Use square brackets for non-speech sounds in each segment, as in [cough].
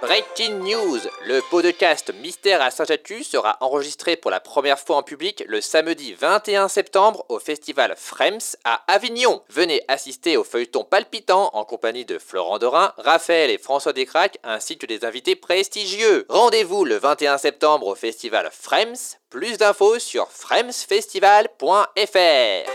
Breaking news Le podcast Mystère à Saint-Jatu sera enregistré pour la première fois en public le samedi 21 septembre au festival Frems à Avignon. Venez assister au feuilleton palpitant en compagnie de Florent Dorin, Raphaël et François Descraques ainsi que des invités prestigieux. Rendez-vous le 21 septembre au festival Frems. Plus d'infos sur fremsfestival.fr.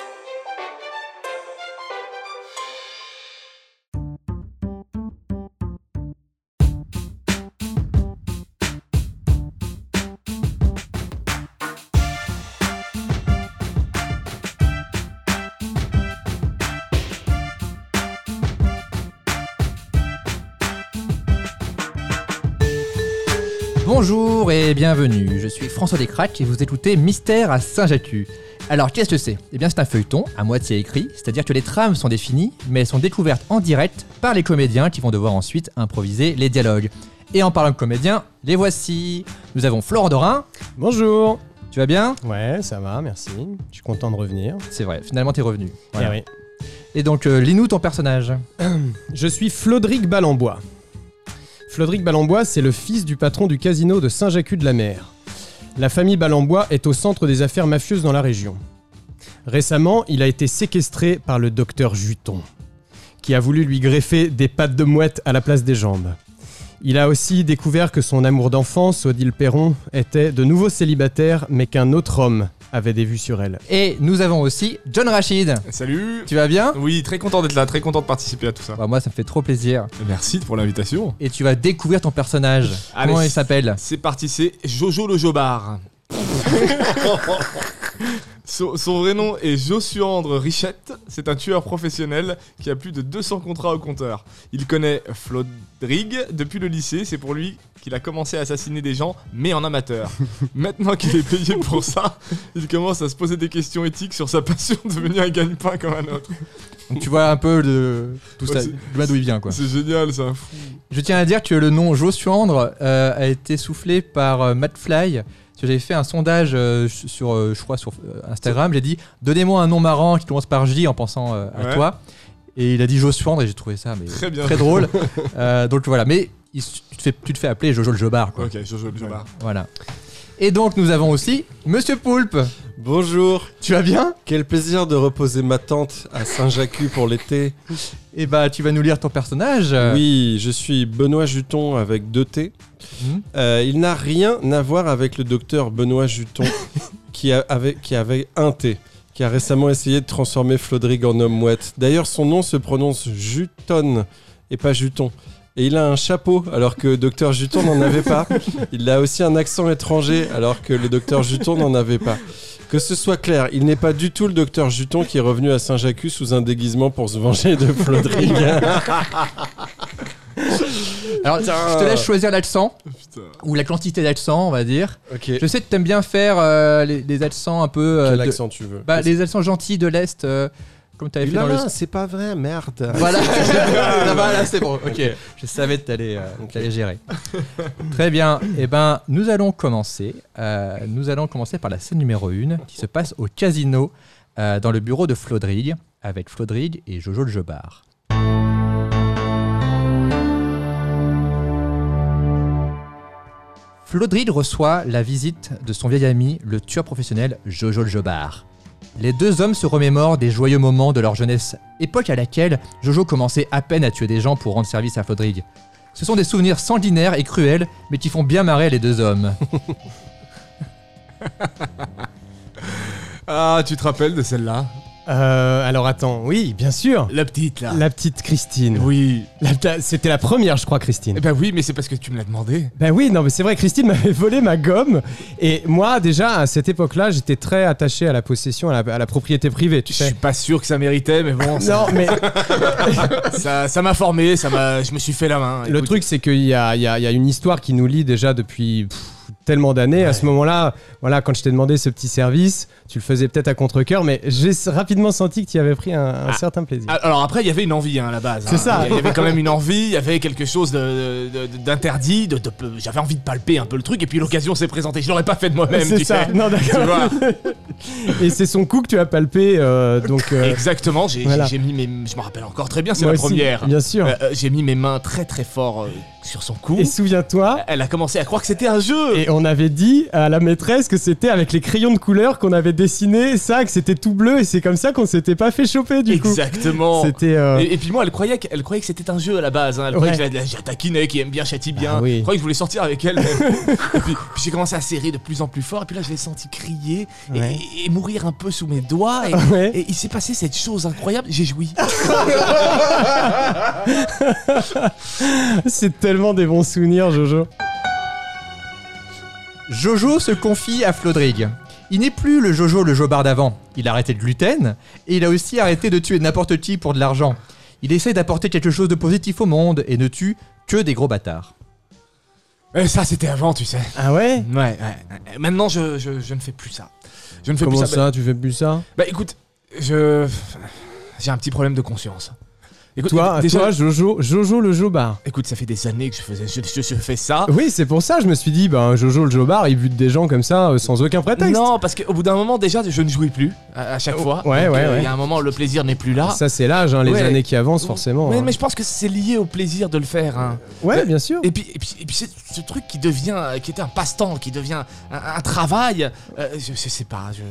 Bonjour et bienvenue, je suis François Descraques et vous écoutez Mystère à Saint-Jatu. Alors qu'est-ce que c'est Eh bien c'est un feuilleton, à moitié écrit, c'est-à-dire que les trames sont définies, mais elles sont découvertes en direct par les comédiens qui vont devoir ensuite improviser les dialogues. Et en parlant de comédiens, les voici Nous avons Florent Dorin, Bonjour tu vas bien Ouais, ça va, merci. Je suis content de revenir. C'est vrai, finalement t'es revenu. Voilà. Eh oui. Et donc euh, lis-nous ton personnage. Je suis Flodric Ballambois. Flodric Ballambois, c'est le fils du patron du casino de Saint-Jacques-de-la-Mer. La famille Ballambois est au centre des affaires mafieuses dans la région. Récemment, il a été séquestré par le docteur Juton, qui a voulu lui greffer des pattes de mouette à la place des jambes. Il a aussi découvert que son amour d'enfance, Odile Perron, était de nouveau célibataire, mais qu'un autre homme avait des vues sur elle. Et nous avons aussi John Rachid, Salut tu vas bien Oui, très content d'être là, très content de participer à tout ça. Bah, Moi ça me fait trop plaisir. Merci pour l'invitation. Et tu vas découvrir ton personnage. Allez. Comment il s'appelle C'est parti, c'est Jojo le [laughs] Jobard. son, son vrai nom est Josuandre Richette. C'est un tueur professionnel qui a plus de 200 contrats au compteur. Il connaît Flodrig depuis le lycée. C'est pour lui qu'il a commencé à assassiner des gens, mais en [laughs] amateur. Maintenant qu'il est payé pour ça, il commence à se poser des questions éthiques sur sa passion de devenir un gagne-pain comme un autre. Donc tu vois un peu le, tout ça, Ouais, c'est- le bas d'où il vient quoi. C'est génial, ça. Je tiens à dire que le nom Josuandre euh, a été soufflé par euh, Matt Fly. Parce que J'avais fait un sondage euh, sur, euh, je crois, sur euh, Instagram. J'ai dit donnez-moi un nom marrant qui commence par J en pensant euh, à Ouais. toi. Et il a dit Josuandre et j'ai trouvé ça mais Très bien. très [laughs] drôle. Euh, donc voilà, mais il s- tu, te fais, tu te fais appeler Jojo le Jobard quoi. Ok, Jojo le Jobard. Voilà. Et donc nous avons aussi Monsieur Poulpe. Bonjour, Tu vas bien quel plaisir de reposer ma tante à Saint-Jacques pour l'été. Et bah tu vas nous lire ton personnage. Oui, je suis Benoît Juton avec deux T. Mhm. Euh, il n'a rien à voir avec le docteur Benoît Juton qui, a- avait, qui avait un T, qui a récemment essayé de transformer Flodrig en homme mouette. D'ailleurs, son nom se prononce Juton et pas Juton. Et il a un chapeau alors que docteur Juton n'en avait pas. Il a aussi un accent étranger alors que le docteur Juton n'en avait pas. Que ce soit clair, il n'est pas du tout le docteur Juton qui est revenu à Saint-Jacques sous un déguisement pour se venger de Flodrig. [laughs] Alors je te laisse choisir l'accent Putain. ou la quantité d'accent on va dire. Ok. Je sais que t'aimes bien faire euh, les, les accents un peu. euh, Quel de- accent tu veux bah, les accents gentils de l'Est, euh, comme t'avais fait dans le. c'est pas vrai, merde. [laughs] Voilà, Là, bah, là c'est bon, ok. Je savais que t'allais euh, que t'allais gérer. Très bien, et ben nous allons commencer. Euh, nous allons commencer par la scène numéro 1 qui se passe au casino euh, dans le bureau de Flodrig avec Flodrig et Jojo le Jobard. Flodrig reçoit la visite de son vieil ami, le tueur professionnel Jojo le Jobard. Les deux hommes se remémorent des joyeux moments de leur jeunesse, époque à laquelle Jojo commençait à peine à tuer des gens pour rendre service à Flodrig. Ce sont des souvenirs sanguinaires et cruels, mais qui font bien marrer les deux hommes. Ah, tu te rappelles de celle-là Euh, alors attends, oui, bien sûr. La petite, là. La petite Christine. Oui. La pta- C'était la première, je crois, Christine. Eh ben oui, mais c'est parce que tu me l'as demandé. Ben oui, non, mais c'est vrai, Christine [laughs] m'avait volé ma gomme. Et moi, déjà, à cette époque-là, j'étais très attaché à la possession, à la, à la propriété privée, tu Je sais. suis pas sûr que ça méritait, mais bon, ça- Non, mais ça ça m'a formé, ça m'a, je me suis fait la main. le Écoute, truc, c'est qu'il y a, il y a- il y a une histoire qui nous lie déjà depuis pff, tellement d'années. À ce moment-là, voilà, quand je t'ai demandé ce petit service, tu le faisais peut-être à contre-coeur, mais j'ai s- rapidement senti que tu y avais pris un, un certain plaisir. Ah, Alors après, il y avait une envie hein, à la base. C'est hein. ça. Il y avait quand même une envie, il y avait quelque chose de- de- de- d'interdit, de, de- j'avais envie de palper un peu le truc, et puis l'occasion s'est présentée. Je l'aurais pas fait de moi-même, c'est Ah, tu ça. sais. Non, Tu d'accord. [laughs] vois Et c'est son coup que tu as palpé, euh, donc. euh, Exactement, j'ai Voilà. j'ai mis mes. Je me rappelle encore très bien, c'est moi la aussi, première. Bien sûr. Euh, euh, j'ai mis mes mains très très fort euh, sur son cou. Et souviens-toi, Elle a commencé à croire que c'était un jeu. Et on avait dit à la maîtresse que c'était avec les crayons de couleur qu'on avait dessiné ça, que c'était tout bleu, et c'est comme ça qu'on s'était pas fait choper du Exactement. coup. C'était. euh, Et, et puis moi, elle croyait que, elle croyait que c'était un jeu à la base. hein. Elle croyait Ouais. que je la- je la taquinais, qui aime bien, châtie bien. Ah oui. Elle croyait que je voulais sortir avec [laughs] elle. même. puis puis j'ai commencé à serrer de plus en plus fort. Et puis là, je l'ai senti crier et, Ouais. Ah et- et mourir un peu sous mes doigts. Et, Ouais. et il s'est passé cette chose incroyable. [laughs] J'ai joui. [laughs] C'est tellement des bons souvenirs, Jojo. Jojo se confie à Flodrig. Il n'est plus le Jojo le jobard d'avant. Il a arrêté le gluten et il a aussi arrêté de tuer n'importe qui pour de l'argent. Il essaie d'apporter quelque chose de positif au monde et ne tue que des gros bâtards. Et ça, c'était avant, tu sais. Ah ouais Ouais, ouais, ouais. Maintenant, je, je- je ne fais plus ça. Je ne fais Comment plus ça. Bah, ça, tu fais plus ça bah, écoute, je. J'ai un petit problème de conscience. Écoute, Toi, déjà, toi, Jojo, Jojo le Jobard. écoute, ça fait des années que je faisais, je, je- je fais ça. Oui, c'est pour ça, je me suis dit, ben Jojo le Jobard, il bute des gens comme ça euh, sans aucun prétexte. Non, parce qu'au bout d'un moment, déjà, je ne jouis plus à, à chaque Oh, fois. ouais, Donc, ouais, euh, Il ouais. y a un moment, le plaisir n'est plus là. Ça, c'est l'âge, hein, les Ouais. années qui avancent, forcément. Mais, hein. Oh. mais je pense que c'est lié au plaisir de le faire. hein. Ouais, bien sûr. Et puis, et puis, et puis c'est ce truc qui devient, euh, qui était un passe-temps, qui devient un, un travail. euh, je, je sais pas. Je...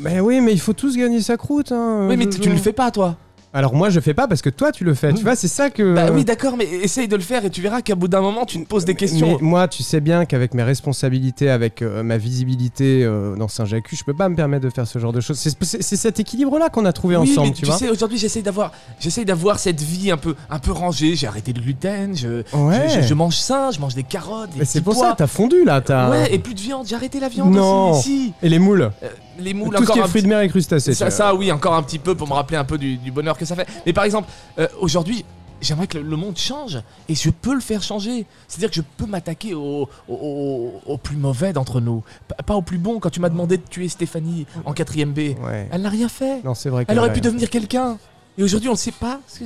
Mais oui, mais il faut tous gagner sa croûte. hein, Oui, mais tu Jojo. tu ne le fais pas, toi. Alors moi, je fais pas parce que toi, tu le fais. Tu vois, c'est ça que. Bah oui, d'accord, mais essaye de le faire et tu verras qu'à bout d'un moment, tu te poses des questions. euh. Mais moi, tu sais bien qu'avec mes responsabilités, avec euh, ma visibilité euh, dans Saint-Jacques, je peux pas me permettre de faire ce genre de choses. C'est c'est- c'est cet équilibre-là qu'on a trouvé Oui, ensemble, mais tu, tu, vois. sais, aujourd'hui, j'essaye d'avoir, j'essaye d'avoir cette vie un peu, un peu rangée. J'ai arrêté le gluten. Je, Ouais. je, je- je mange sain. Je mange des carottes. Des mais c'est petits pour pois. ça, t'as fondu là, t'as. Ouais, et plus de viande, j'ai arrêté la viande Ah. Non. aussi. si. Et les moules. Euh, les moules, Tout ce encore qui est un fruits de mer et crustacés. petit- ça, tu vois. ça, oui, encore un petit peu pour me rappeler un peu du, du bonheur que ça fait. Mais par exemple, euh, aujourd'hui, j'aimerais que le, le monde change et je peux le faire changer. C'est-à-dire que je peux m'attaquer au, au- au- au plus mauvais d'entre nous, P- pas au plus bon. Quand tu m'as demandé de tuer Stéphanie en 4ème B, Ouais. elle n'a rien fait. Non, c'est vrai. Elle qu'elle aurait a- pu devenir quelqu'un. Et aujourd'hui, on ne sait pas. Parce que-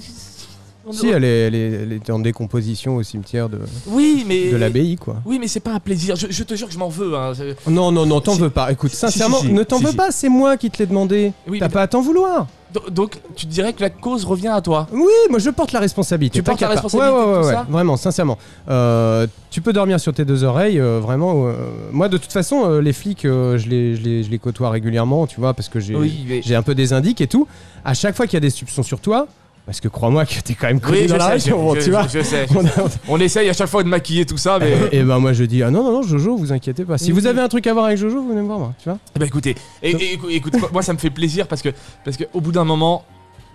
on- Si, elle est, elle est- elle est en décomposition au cimetière de, Oui, mais. de l'abbaye, quoi. Oui, mais c'est pas un plaisir. Je, je te jure que je m'en veux. hein. Je- Non, non, non, t'en Si. veux pas. Écoute, Si, sincèrement, si, si. ne t'en Si, veux si. pas, c'est moi qui te l'ai demandé. Oui, T'as mais- pas à t'en vouloir. Do- Donc, tu te dirais que la cause revient à toi. Oui, moi je porte la responsabilité. Tu portes la t'inquiète pas. responsabilité Ouais, ouais, de tout ouais, ça ouais, Vraiment, sincèrement. Euh, tu peux dormir sur tes deux oreilles, euh, vraiment. euh, moi, de toute façon, euh, les flics, euh, je, les, je, les, je les côtoie régulièrement, tu vois, parce que j'ai Oui, mais- j'ai un peu des indices et tout. À chaque fois qu'il y a des soupçons sur toi, parce que crois-moi que t'es quand même connu je dans la sais, région, je- bon, je- tu vois. je sais. On a- On essaye à chaque fois de maquiller tout ça, [laughs] [laughs] mais. et ben moi je dis ah non non non Jojo vous inquiétez pas si Oui. vous avez un truc à voir avec Jojo vous venez me voir moi tu vois Eh ben, écoutez, et- et- écou- écoute, moi- moi ça me fait plaisir parce que parce que au bout d'un moment,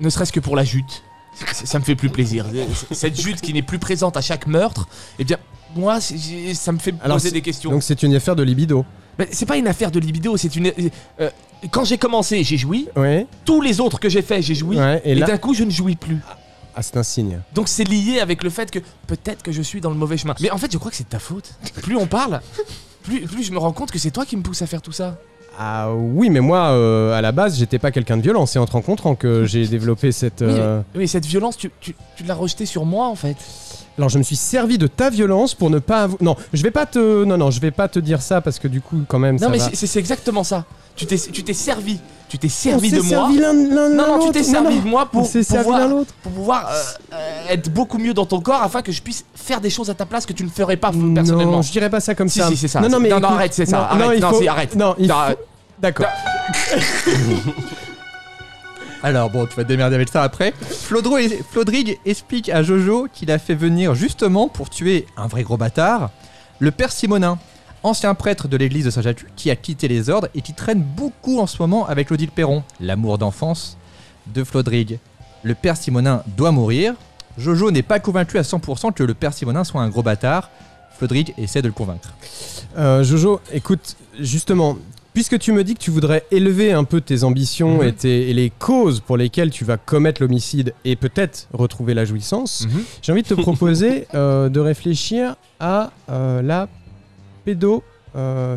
ne serait-ce que pour la jute, ça, ça me fait plus plaisir. Cette jute qui n'est plus présente à chaque meurtre, eh bien. Moi, c'est- j'ai- ça me fait Alors, poser c'est- des questions. donc c'est une affaire de libido Mais c'est pas une affaire de libido, c'est une. euh, quand j'ai commencé, j'ai joui. ouais, Tous les autres que j'ai fait, j'ai joui. ouais et et là d'un coup, je ne jouis plus. ah, c'est un signe Donc c'est lié avec le fait que peut-être que je suis dans le mauvais chemin. Mais en fait, je crois que c'est de ta faute. Plus on parle, plus, plus je me rends compte que c'est toi qui me pousse à faire tout ça. Ah oui, mais moi, euh, à la base, j'étais pas quelqu'un de violent. C'est en te rencontrant que [laughs] j'ai développé cette. Oui, euh, Mais cette violence, tu, tu- tu l'as rejetée sur moi en fait. Alors, je me suis servi de ta violence pour ne pas. avou- Non, je vais pas te. Non, non, je vais pas te dire ça parce que du coup, quand même, Non, ça mais va. c'est- c'est c'est exactement ça. Tu t'es tu t'es servi. Tu t'es On servi s'est de moi. servi l'un- l'un- l'un Non, non, tu l'autre. t'es servi de moi On pour s'est servi l'un pouvoir, l'autre. pour pouvoir euh, euh, être beaucoup mieux dans ton corps afin que je puisse faire des choses à ta place que tu ne ferais pas personnellement. Non, je dirais pas ça comme Si, ça. si, c'est ça. Non, non, mais Non, non, écoute- arrête, c'est ça. Non, Arrête. non, il Non, faut- si, arrête. Non, il Non, faut- arrête. D'accord. Alors bon, tu vas te démerder avec ça après. Flodro et- Flodrig explique à Jojo qu'il a fait venir justement pour tuer un vrai gros bâtard, le père Simonin, ancien prêtre de l'église de Saint-Jatu qui a quitté les ordres et qui traîne beaucoup en ce moment avec Odile Perron, l'amour d'enfance de Flodrig. Le père Simonin doit mourir. Jojo n'est pas convaincu à 100% que le père Simonin soit un gros bâtard. Flodrig essaie de le convaincre. Euh, Jojo, écoute, justement, puisque tu me dis que tu voudrais élever un peu tes ambitions Mhm. et, tes- et les causes pour lesquelles tu vas commettre l'homicide et peut-être retrouver la jouissance, Mhm. j'ai [laughs] envie de te proposer euh, de réfléchir à euh, la pédophilie. euh,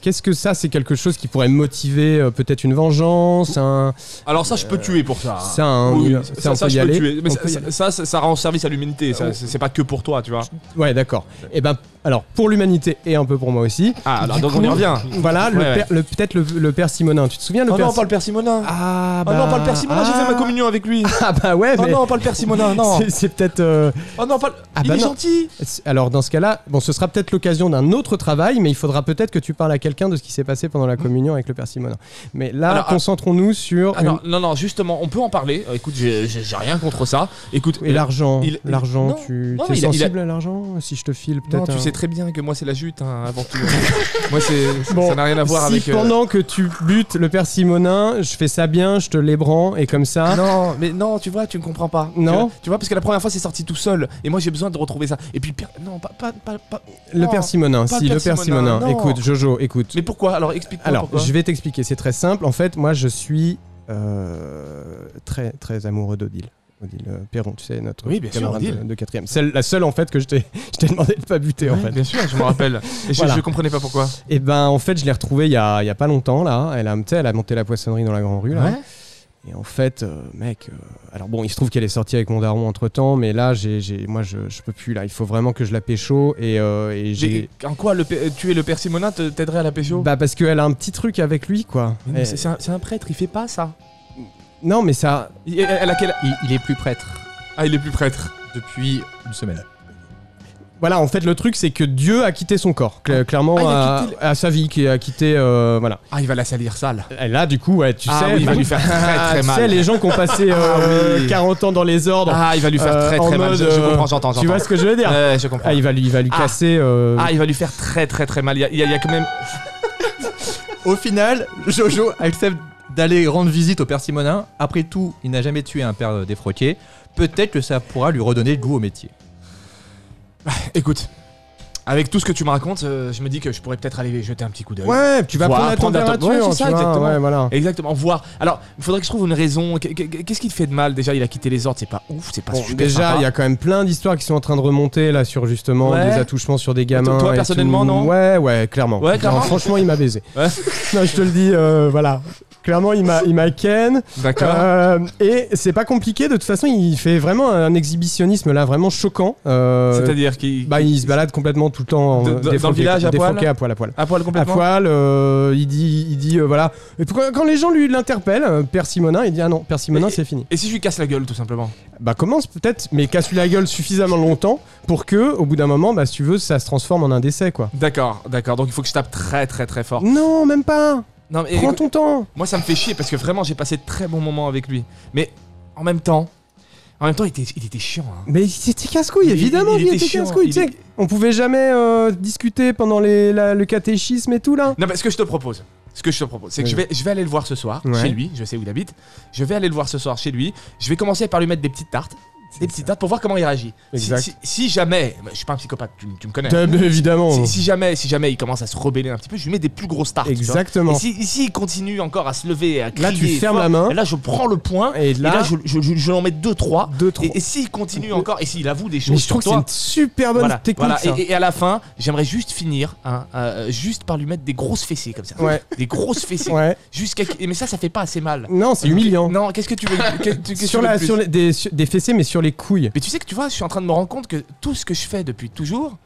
Qu'est-ce que ça C'est quelque chose qui pourrait motiver euh, peut-être une vengeance, un, Alors ça, je peux tuer pour ça. Euh, ça, un, Ah. Oui, oui, ça, on peut je y peux aller. tuer. Mais On ça, peut y ça- aller. ça, ça- ça rend service à l'humanité. ça, Euh, c'est c'est pas que pour toi, tu vois. Ouais, d'accord. Et ben, alors pour l'humanité et un peu pour moi [laughs] aussi. Ah, alors Du donc coup, on y revient. Voilà, le Ouais, ouais. père- le- peut-être le, le père Simonin. Tu te souviens le Oh père non, pas le père Simonin. Ah Oh bah... non, pas le père Simonin, j'ai fait ma communion avec lui. [laughs] Ah bah ouais, Oh mais non, pas le [laughs] père Simonin, non. c'est- c'est peut-être. euh, Oh non, pas le... Ah Il bah est non. gentil. c'est- Alors dans ce cas-là, bon, ce sera peut-être l'occasion d'un autre travail, mais il faudra peut-être que tu parles à quelqu'un de ce qui s'est passé pendant la communion avec le père Simonin. Mais là, Alors, ah- concentrons-nous sur Ah non, non, non, justement, on peut en parler. Euh, écoute, j'ai j'ai- j'ai rien contre ça. Écoute, euh, une- et l'argent. il- il- L'argent, non, tu non, es mais il a- il a- sensible à l'argent Si je te file Non, peut-être. tu un- sais très bien que moi c'est la jute hein, avant tout. [laughs] moi c'est Bon, ça n'a rien à voir si avec. euh, pendant que tu butes le père Simonin, je fais ça bien, je te l'ébranle et comme ça. Ah Non, mais non, tu vois, tu ne comprends pas. Non. Tu vois, tu vois, parce que la première fois c'est sorti tout seul et moi j'ai besoin de retrouver ça. Et puis le père- non, pas pas pas, pas- Le non. père Simonin, pas si, le le père père Simonin, Simonin. non. Écoute, Jojo, écoute. Mais pourquoi Alors explique-moi Alors, pourquoi. je vais t'expliquer, c'est très simple. En fait, moi, je suis euh, très, très amoureux d'Odile. Odile euh, Perron, tu sais, notre Oui, bien sûr, camarade Odile. de- de quatrième. Celle, la seule, en fait, que je t'ai [laughs] je t'ai demandé de pas buter, en Ouais, fait. Bien sûr, je me rappelle. Et je, Voilà. je comprenais pas pourquoi. Et ben, en fait, je l'ai retrouvée il y a, il y a pas longtemps, là. Elle a, tu sais, elle a monté la poissonnerie dans la Grand Rue, là. Et en fait, euh, mec, euh, alors bon, il se trouve qu'elle est sortie avec mon daron entre temps, mais là, j'ai, j'ai- moi, je, je peux plus, là. Il faut vraiment que je la pécho et, euh, et j'ai. J'ai- En quoi le père- tuer le père Simonin te- t'aiderait à la pécho Bah, eh. parce qu'elle a un petit truc avec lui, quoi. Mais non, Et- c'est- C'est un, c'est un prêtre, il fait pas ça. Non, mais ça. Il- elle- elle a quel- Il, il est plus prêtre Ah, il est plus prêtre. depuis une semaine. Voilà, en fait, le truc, c'est que Dieu a quitté son corps, cla- clairement, Ah, il a à- quitté à, sa vie, qui a quitté. euh, voilà. Ah, il va la salir sale. Et là, du coup, ouais, tu Ah sais. oui, il va bah, lui faire très, ah, très tu mal. Ah sais, les gens qui ont [laughs] passé euh, oui. 40 ans dans les ordres. Ah, il va lui faire euh, très en très mal. mode, Je, je euh, comprends, j'entends, Ah, j'entends. Tu vois ce que je veux dire Ouais, je comprends. Ah, il va lui, il va lui Ah. casser. euh, Ah, il va lui faire très très très mal. Il y a, il y a- il y a quand même. Au final, Jojo accepte d'aller rendre visite au père Simonin. Après tout, il n'a jamais tué un père euh, défroqué. Peut-être que ça pourra lui redonner le goût au métier. Écoute, avec tout ce que tu me racontes, euh, je me dis que je pourrais peut-être aller jeter un petit coup d'œil. Ouais, tu vas Faut prendre la apprendre à te- température. Ouais, c'est tu ça, vois, exactement. ouais, voilà. Exactement, voir. Alors, il faudrait que je trouve une raison. Qu- qu- Qu'est-ce qui te fait de mal Déjà, il a quitté les ordres, c'est pas ouf, c'est pas Bon, super. déjà, sympa. il y a quand même plein d'histoires qui sont en train de remonter là sur justement Ouais. des attouchements sur des gamins. Toi, et personnellement, tout. non Ouais, ouais, clairement. Ouais, clairement. Non, franchement, il m'a baisé. Ouais. [laughs] non, je te le dis, euh, voilà. Clairement, il m'a, il m'a ken. D'accord. Euh, et c'est pas compliqué. De toute façon, il fait vraiment un exhibitionnisme là, vraiment choquant. Euh, C'est-à-dire qu'il. bah, il se balade complètement tout le temps en De- de- dans le défroqué- village à défroqué poil à poil, à poil. à poil à complètement. poil, euh, il dit, il dit euh, voilà. Et puis, quand, quand les gens lui l'interpellent, euh, Père Simonin, il dit ah non, Père Simonin, Et- c'est fini. Et si je lui casse la gueule, tout simplement Bah commence peut-être, mais casse-lui la gueule suffisamment longtemps pour que, au bout d'un moment, bah si tu veux, ça se transforme en un décès quoi. D'accord, d'accord. Donc il faut que je tape très très très fort. Non, même pas. Non, mais Prends écoute, ton temps. moi ça me fait chier parce que vraiment j'ai passé de très bons moments avec lui. Mais en même temps, en même temps, il était, il était chiant. hein. Mais c'était casse-couille, Il- évidemment. il Il, était était chiant, casse-couille. il tu sais. est- On pouvait jamais euh, discuter pendant les, la- le catéchisme et tout là. Non, mais ce que je te propose, ce que je te propose, c'est que Oui. je, vais, je vais aller le voir ce soir Ouais. chez lui. Je sais où il habite. Je vais aller le voir ce soir chez lui. Je vais commencer par lui mettre des petites tartes. Des petites tartes pour voir comment il réagit. Si- Exact. Si, si jamais. bah, Je suis pas un psychopathe, tu, tu me connais. hein. Bah, bah, évidemment. Si, si jamais, si jamais il commence à se rebeller un petit peu, je lui mets des plus grosses tartes. tu vois. Exactement. Et si, et s'il continue encore à se lever et à crier. Là, tu fort, fermes la main. Là, je prends le point. Et Et là, là, je, je, je- je l'en mets 2-3. deux trois. Et, et s'il continue encore, et s'il avoue des choses. Mais je trouve que sur c'est toi, une super bonne voilà, technique. voilà. ça. Et, et à la fin, j'aimerais juste finir, hein, euh, juste par lui mettre des grosses fessées comme ça. [laughs] Ouais. Des grosses fessées. Ouais. Jusqu'à. Mais ça, ça fait pas assez mal. Non, c'est humiliant. Non, qu'est-ce que tu veux qu'est- tu- qu'est-ce que sur tu veux de la, plus sur les- des, sur- des fessées, mais sur les [laughs] couilles. Mais tu sais que tu vois, je suis en train de me rendre compte que tout ce que je fais depuis toujours,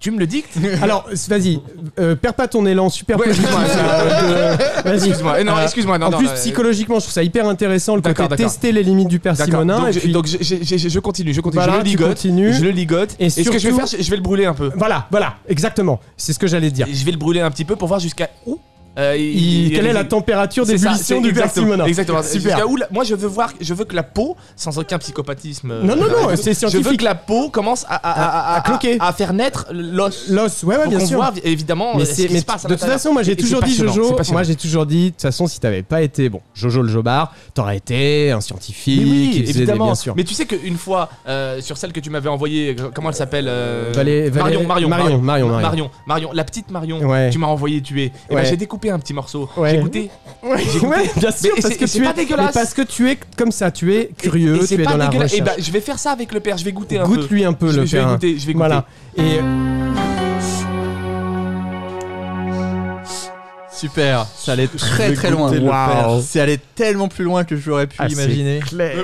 tu me [laughs] le dictes. Alors, vas-y, euh, perds pas ton élan super Ouais, positif. excuse-moi, euh, de- Vas-y. Excuse-moi. Eh Non, Euh, excuse-moi. non, en non, plus, non, euh, psychologiquement, je trouve ça hyper intéressant le D'accord, côté d'accord. tester les limites du père Ah, D'accord. Simonin. Donc, et je, puis- donc je, je- je- je continue, je continue. Voilà, je le tu ligote. continues. Je le ligote. Et Et, ce que je vais surtout- faire, je je vais le brûler un peu. Voilà, voilà, exactement. C'est ce que j'allais dire. Je vais le brûler un petit peu pour voir jusqu'à où. euh, Il- il- quelle est la il- température C'est ça, c'est d'ébullition du père exactement- Simonin Exactement. Super. Jusqu'à où la- Moi, je veux voir, je veux que la peau, sans aucun psychopathisme. euh, Non, non, non, euh, c'est Je veux scientifique. que la peau commence à, à, à, À- à cloquer. à faire naître l'os. L'os, ouais, ouais, Pour bien qu'on sûr. voit, évidemment mais ce c'est qui mais se passe. à de toute l'intérieur. façon moi Et- j'ai et toujours c'est dit passionnant, Jojo c'est passionnant. moi j'ai toujours dit de toute façon si t'avais pas été bon Jojo le jobard t'aurais été un scientifique Mais oui, qui faisait des- évidemment. bien sûr Mais tu sais qu'une fois, euh, sur celle que tu m'avais envoyée, euh, comment elle s'appelle euh, Valé- Valé- Marion, Marion, Marion, Marion, Marion. Marion, Marion, la petite Marion, Ouais. tu m'as envoyé tuer. Et ben, Ouais. j'ai découpé un petit morceau. Ouais. J'ai goûté. Ouais, J'ai goûté. ouais, bien sûr Mais parce c'est- que c'est tu pas es dégueulasse. mais parce que tu es comme ça tu es curieux et c'est tu es pas dans la dégueulasse. recherche Et ben, je vais faire ça avec le père. Je vais goûter un peu. goûte-lui un peu je, le je vais père goûter. Je vais goûter. voilà et Super, ça allait très vais très loin. goûter le Waouh. père. C'est allé tellement plus loin que j'aurais pu Ah, c'est imaginer. clair.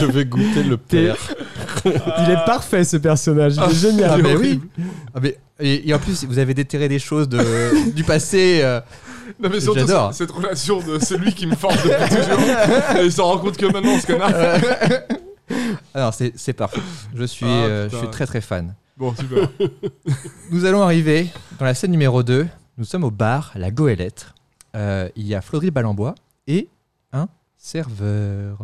Je vais goûter le père. Il est parfait ce personnage, il est génial. Ah, mais oui. Ah, mais- et, et en plus, vous avez déterré des choses de, du passé. euh, Non mais surtout J'adore. cette relation de celui qui me forme depuis toujours. Et il s'en rend compte que maintenant ce connard. Ah non, c'est c'est parfait. Je suis, Ah, euh, je putain. suis très très fan. Bon super. Nous allons arriver dans la scène numéro 2. Nous sommes au bar La Goélette. Euh, il y a Flodry Balambois et un serveur.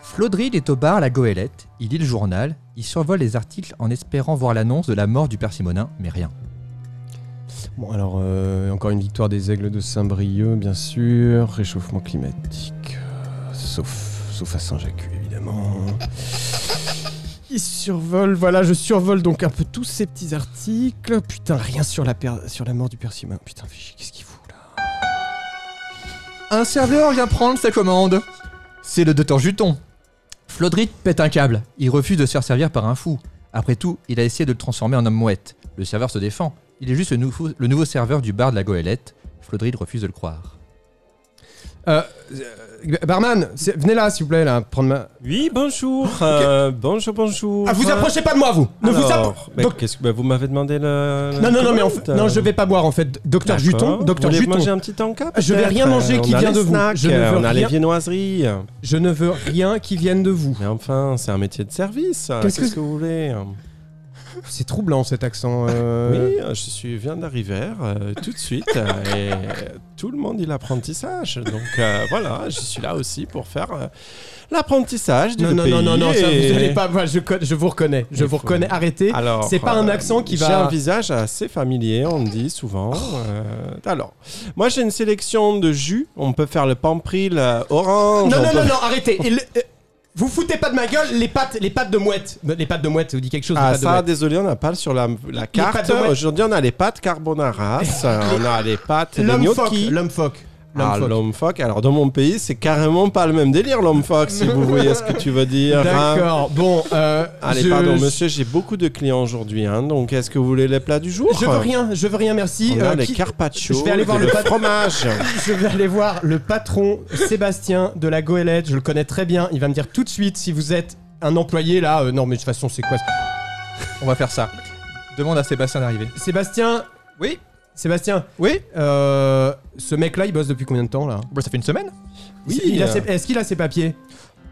Flodril est au bar La Goélette, il lit le journal, il survole les articles en espérant voir l'annonce de la mort du persimonin, mais rien. Bon, alors, euh, encore une victoire des Aigles de Saint-Brieuc, bien sûr. Réchauffement climatique. euh, sauf, sauf à Saint-Jacques, évidemment. Il survole, voilà, je survole donc un peu tous ces petits articles. Putain, rien sur la, per- sur la mort du persimain. Putain, fais chier, qu'est-ce qu'il fout là Un serveur vient prendre sa commande. C'est le docteur Juton. Flodric pète un câble. Il refuse de se faire servir par un fou. Après tout, il a essayé de le transformer en homme mouette. Le serveur se défend. Il est juste le nouveau, le nouveau serveur du bar de la goélette. Flodric refuse de le croire. euh, euh, Barman, c'est- venez là, s'il vous plaît, là, prendre ma. Oui, bonjour. euh, bonjour, bonjour. Euh, Ah, vous approchez pas de moi, vous Ne vous Alors, appro- bah, Doc- qu'est-ce que bah, vous m'avez demandé le. euh, Non, non, non, mais en fait, fait, non, je vais pas boire en fait. Docteur Juton, docteur Juton. manger un petit tanka Je vais peut-être rien manger Euh, qui on a vient les de vous. snacks, Je ne veux euh, on a les rien. viennoiseries. Je ne veux rien qui vienne de vous. Mais enfin, c'est un métier de service. Qu'est-ce Qu'est-ce que- que... vous voulez C'est troublant cet accent. euh. Oui, euh, je suis viens d'arriver euh, tout de suite euh, et euh, tout le monde dit l'apprentissage. Donc euh, voilà, je suis là aussi pour faire euh, l'apprentissage du Non, non, pays. non, non, non, ça, vous et- allez pas. moi, je, con- je vous reconnais. Je Il vous faut- reconnais. Arrêtez. Alors, C'est pas un euh, accent qui J'ai va. un visage assez familier, on me dit souvent. Euh, alors, moi j'ai une sélection de jus. On peut faire le pampril euh, Non, orange. non, on peut- non, non, arrêtez. Et le- euh, Vous foutez pas de ma gueule les pattes, les pattes de mouette. Euh, Les pattes de mouette, ça vous dit quelque chose Ah les pattes de ça, mouette. désolé, on n'a pas sur la, la pâtes carte. de mouette. Aujourd'hui, on a les pâtes [laughs] carbonara, on a les pâtes de L'homme phoque. gnocchi. L'homme phoque. L'homme Ah, phoque. l'homme phoque. Alors, dans mon pays, c'est carrément pas le même délire, l'homme phoque, si vous voyez ce que tu veux dire. hein. D'accord. Bon. euh, Allez, je- pardon, monsieur, j'ai beaucoup de clients aujourd'hui, hein, donc est-ce que vous voulez les plats du jour Je veux rien. Je veux rien. Merci. On a Euh, les qui- carpaccio, je vais aller voir de le pat- fromage. Je vais aller voir le patron Sébastien de la Goélette. Je le connais très bien. Il va me dire tout de suite si vous êtes un employé là. Euh, non, mais de toute façon, c'est quoi ce- On va faire ça. Demande à Sébastien d'arriver. Sébastien Oui Sébastien, Oui euh, ce mec-là, il bosse depuis combien de temps là Bah, Ça fait une semaine Oui. euh. Il a ses- Est-ce qu'il a ses papiers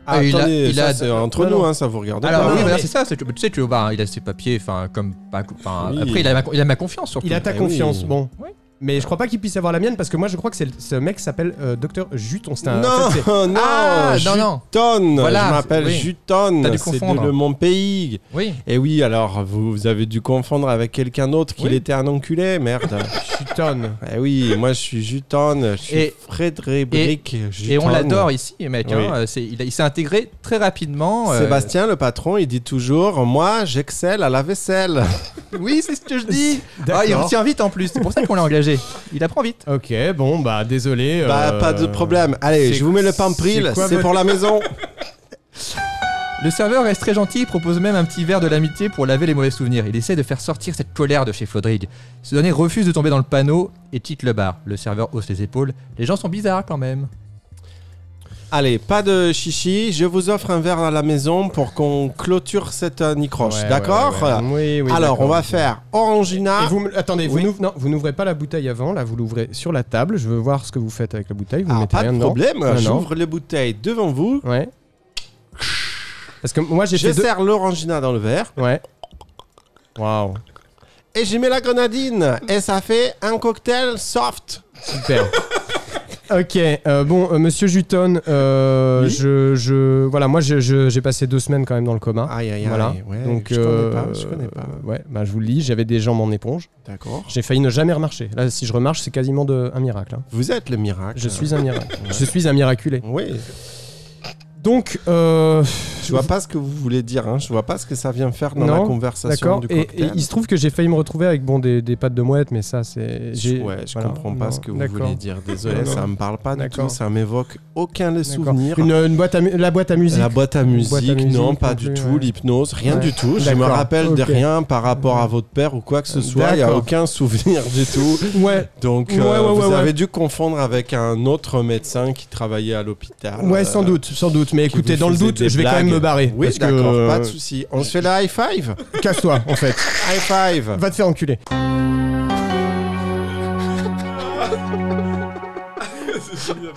Ah, Et il a- attendez, il ça, a- c'est entre Non, nous, non. hein, ça vous regarde Alors, pas. oui, non, bah, mais- c'est ça. c'est que- Tu sais, tu bah, il a ses papiers, enfin, comme. pas- enfin, Oui. Après, il a, ma, il a ma confiance surtout. Il a ta Eh confiance, oui. bon. Ouais. Mais je crois pas qu'il puisse avoir la mienne parce que moi je crois que c'est le- ce mec s'appelle euh, Docteur Juton. C'est un- Non, en fait, c'est- non, Ah, non, non. Jutonne. Voilà, je m'appelle oui. T'as Jutonne, dû c'est confondre. de mon pays. Oui. Et oui, alors vous, vous avez dû confondre avec quelqu'un d'autre qu'il Oui. était un enculé, merde. [laughs] Juton. Eh oui, moi je suis Jutonne, je suis Et- Frédéric Et on Jutonne. l'adore ici, mec. hein. Oui. Euh, c'est- il a- il s'est intégré très rapidement. euh, Sébastien, le patron, il dit toujours Moi, j'excelle à la vaisselle. Oui, c'est ce que je dis. D'accord. Ah, il retient vite en plus. C'est pour ça qu'on l'a engagé. Il apprend vite. Ok, bon, bah désolé. Bah, euh, pas de problème. Allez, c'est- je vous mets le pampril, c'est quoi c'est votre- pour la maison. Le serveur reste très gentil. Il propose même un petit verre de l'amitié pour laver les mauvais souvenirs. Il essaie de faire sortir cette colère de chez Flodrig. Ce dernier refuse de tomber dans le panneau et quitte le bar. Le serveur hausse les épaules. Les gens sont bizarres quand même. Allez, pas de chichi, je vous offre un verre à la maison pour qu'on clôture cette euh, nicroche, ouais, d'accord ouais, ouais. Oui, oui, Alors, on d'accord. va faire Orangina. Et vous me- attendez, vous Oui. n'ouvrez- non, vous n'ouvrez pas la bouteille avant, là vous l'ouvrez sur la table. Je veux voir ce que vous faites avec la bouteille. Vous Ah, mettez pas rien de dedans. problème, Non, non. j'ouvre les bouteilles devant vous. Ouais. Parce que moi j'ai Je fait deux. sers l'orangina dans le verre Ouais. Waouh, et j'y mets la grenadine. Et ça fait un cocktail soft. [laughs] super. ok, euh, bon, euh, monsieur Juton, euh, Oui je, je. Voilà, moi je- je- j'ai passé deux semaines quand même dans le coma. Aïe, aïe, aïe. Hein voilà. ouais, Donc, je euh, connais pas, je connais pas. Ouais, bah je vous le dis, j'avais des jambes en éponge. D'accord. J'ai failli ne jamais remarcher. Là, si je remarche, c'est quasiment de, un miracle. hein. Vous êtes le miracle. Je suis un miracle. Je suis un miraculé. Oui. Donc, euh, Je vois pas ce que vous voulez dire. Hein. Je vois pas ce que ça vient faire dans Non, la conversation D'accord. du Et, cocktail. et il se trouve que j'ai failli me retrouver avec bon des, des pattes de mouette, mais ça c'est. j'ai- Ouais, je voilà, comprends pas non, ce que vous d'accord. voulez dire. Désolé, Non, ça me parle pas du tout. D'accord. Ça m'évoque aucun des D'accord. souvenirs. Une, une boîte à mu- la boîte à musique. La boîte à Une musique, boîte à musique non, non pas plus, du tout. ouais. L'hypnose, rien Ouais. du tout. Je me D'accord, rappelle de ok. Euh, rien par rapport à votre père ou quoi que ce soit. Il n'y a D'accord. aucun souvenir du tout. Ouais. Donc, Ouais, euh, ouais, vous ouais, avez ouais. dû confondre avec un autre médecin qui travaillait à l'hôpital. Ouais, euh, sans doute, sans doute. Mais qui écoutez, vous dans le faisait doute, des je vais quand blagues. même me barrer. Oui, parce que- euh, d'accord, pas de souci. On se fait la high five. Casse-toi, en [laughs] fait. [laughs] High five. Va te faire enculer. C'est génial.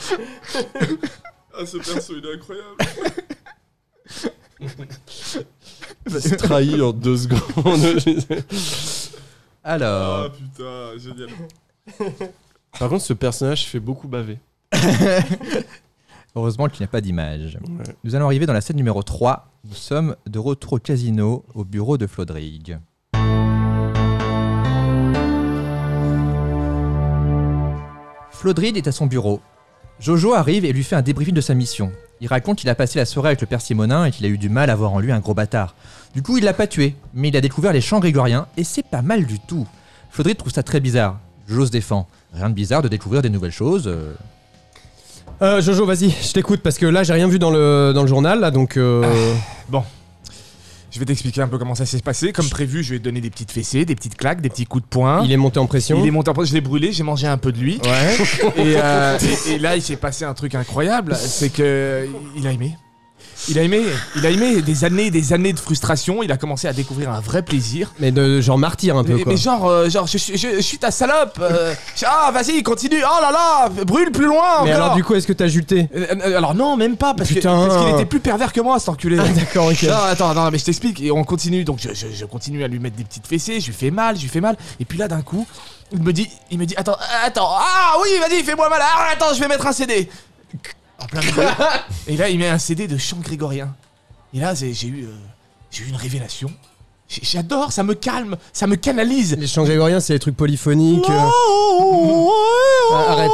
ah, ce perso, il est incroyable. C'est trahi en deux secondes. [laughs] Alors, Ah, putain, génial. Par contre, ce personnage fait beaucoup baver. heureusement qu'il n'y a pas d'image. Nous allons arriver dans la scène numéro 3. Nous sommes de retour au casino, au bureau de Flodrig. Flodrig est à son bureau. Jojo arrive et lui fait un débriefing de sa mission. Il raconte qu'il a passé la soirée avec le père Simonin et qu'il a eu du mal à voir en lui un gros bâtard. Du coup, il l'a pas tué, mais il a découvert les chants grégoriens et c'est pas mal du tout. Flodrig trouve ça très bizarre. Jojo se défend. Rien de bizarre de découvrir des nouvelles choses. euh, Euh, Jojo, vas-y, je t'écoute parce que là, j'ai rien vu dans le, dans le journal, là, donc. euh, Je vais t'expliquer un peu comment ça s'est passé. Comme prévu, je vais te donner des petites fessées, des petites claques, des petits coups de poing. il est monté en pression. Il est monté en poste, je l'ai brûlé, j'ai mangé un peu de lui. Ouais. [laughs] Et, euh, et- et là, il s'est passé un truc incroyable, c'est que il a aimé. Il a aimé, il a aimé des années, des années de frustration. Il a commencé à découvrir un vrai plaisir. Mais de genre martyr un peu, Mais, quoi. mais genre, euh, genre, je, suis- je- je suis ta salope. euh, ah, vas-y, continue. Oh là là, brûle plus loin. Mais encore. alors, du coup, est-ce que t'as juté Euh, euh, alors non, même pas parce que- Putain. parce qu'il était plus pervers que moi, cet enculé. Ah, d'accord, ok. Non, attends, non, mais je t'explique. Et on continue. Donc, je, je- je continue à lui mettre des petites fessées. Je lui fais mal, je lui fais mal. Et puis là, d'un coup, il me dit, il me dit, attends, attends. Ah oui, vas-y, fais-moi mal. Ah, attends, je vais mettre un CD. En plein milieu. et là, il met un CD de chant grégorien. Et là, c'est- j'ai eu, euh, j'ai eu une révélation. J'ai- J'adore, ça me calme, ça me canalise. Oh, Les chants grégoriens, c'est les trucs polyphoniques. euh. Ah, arrête. Arrête.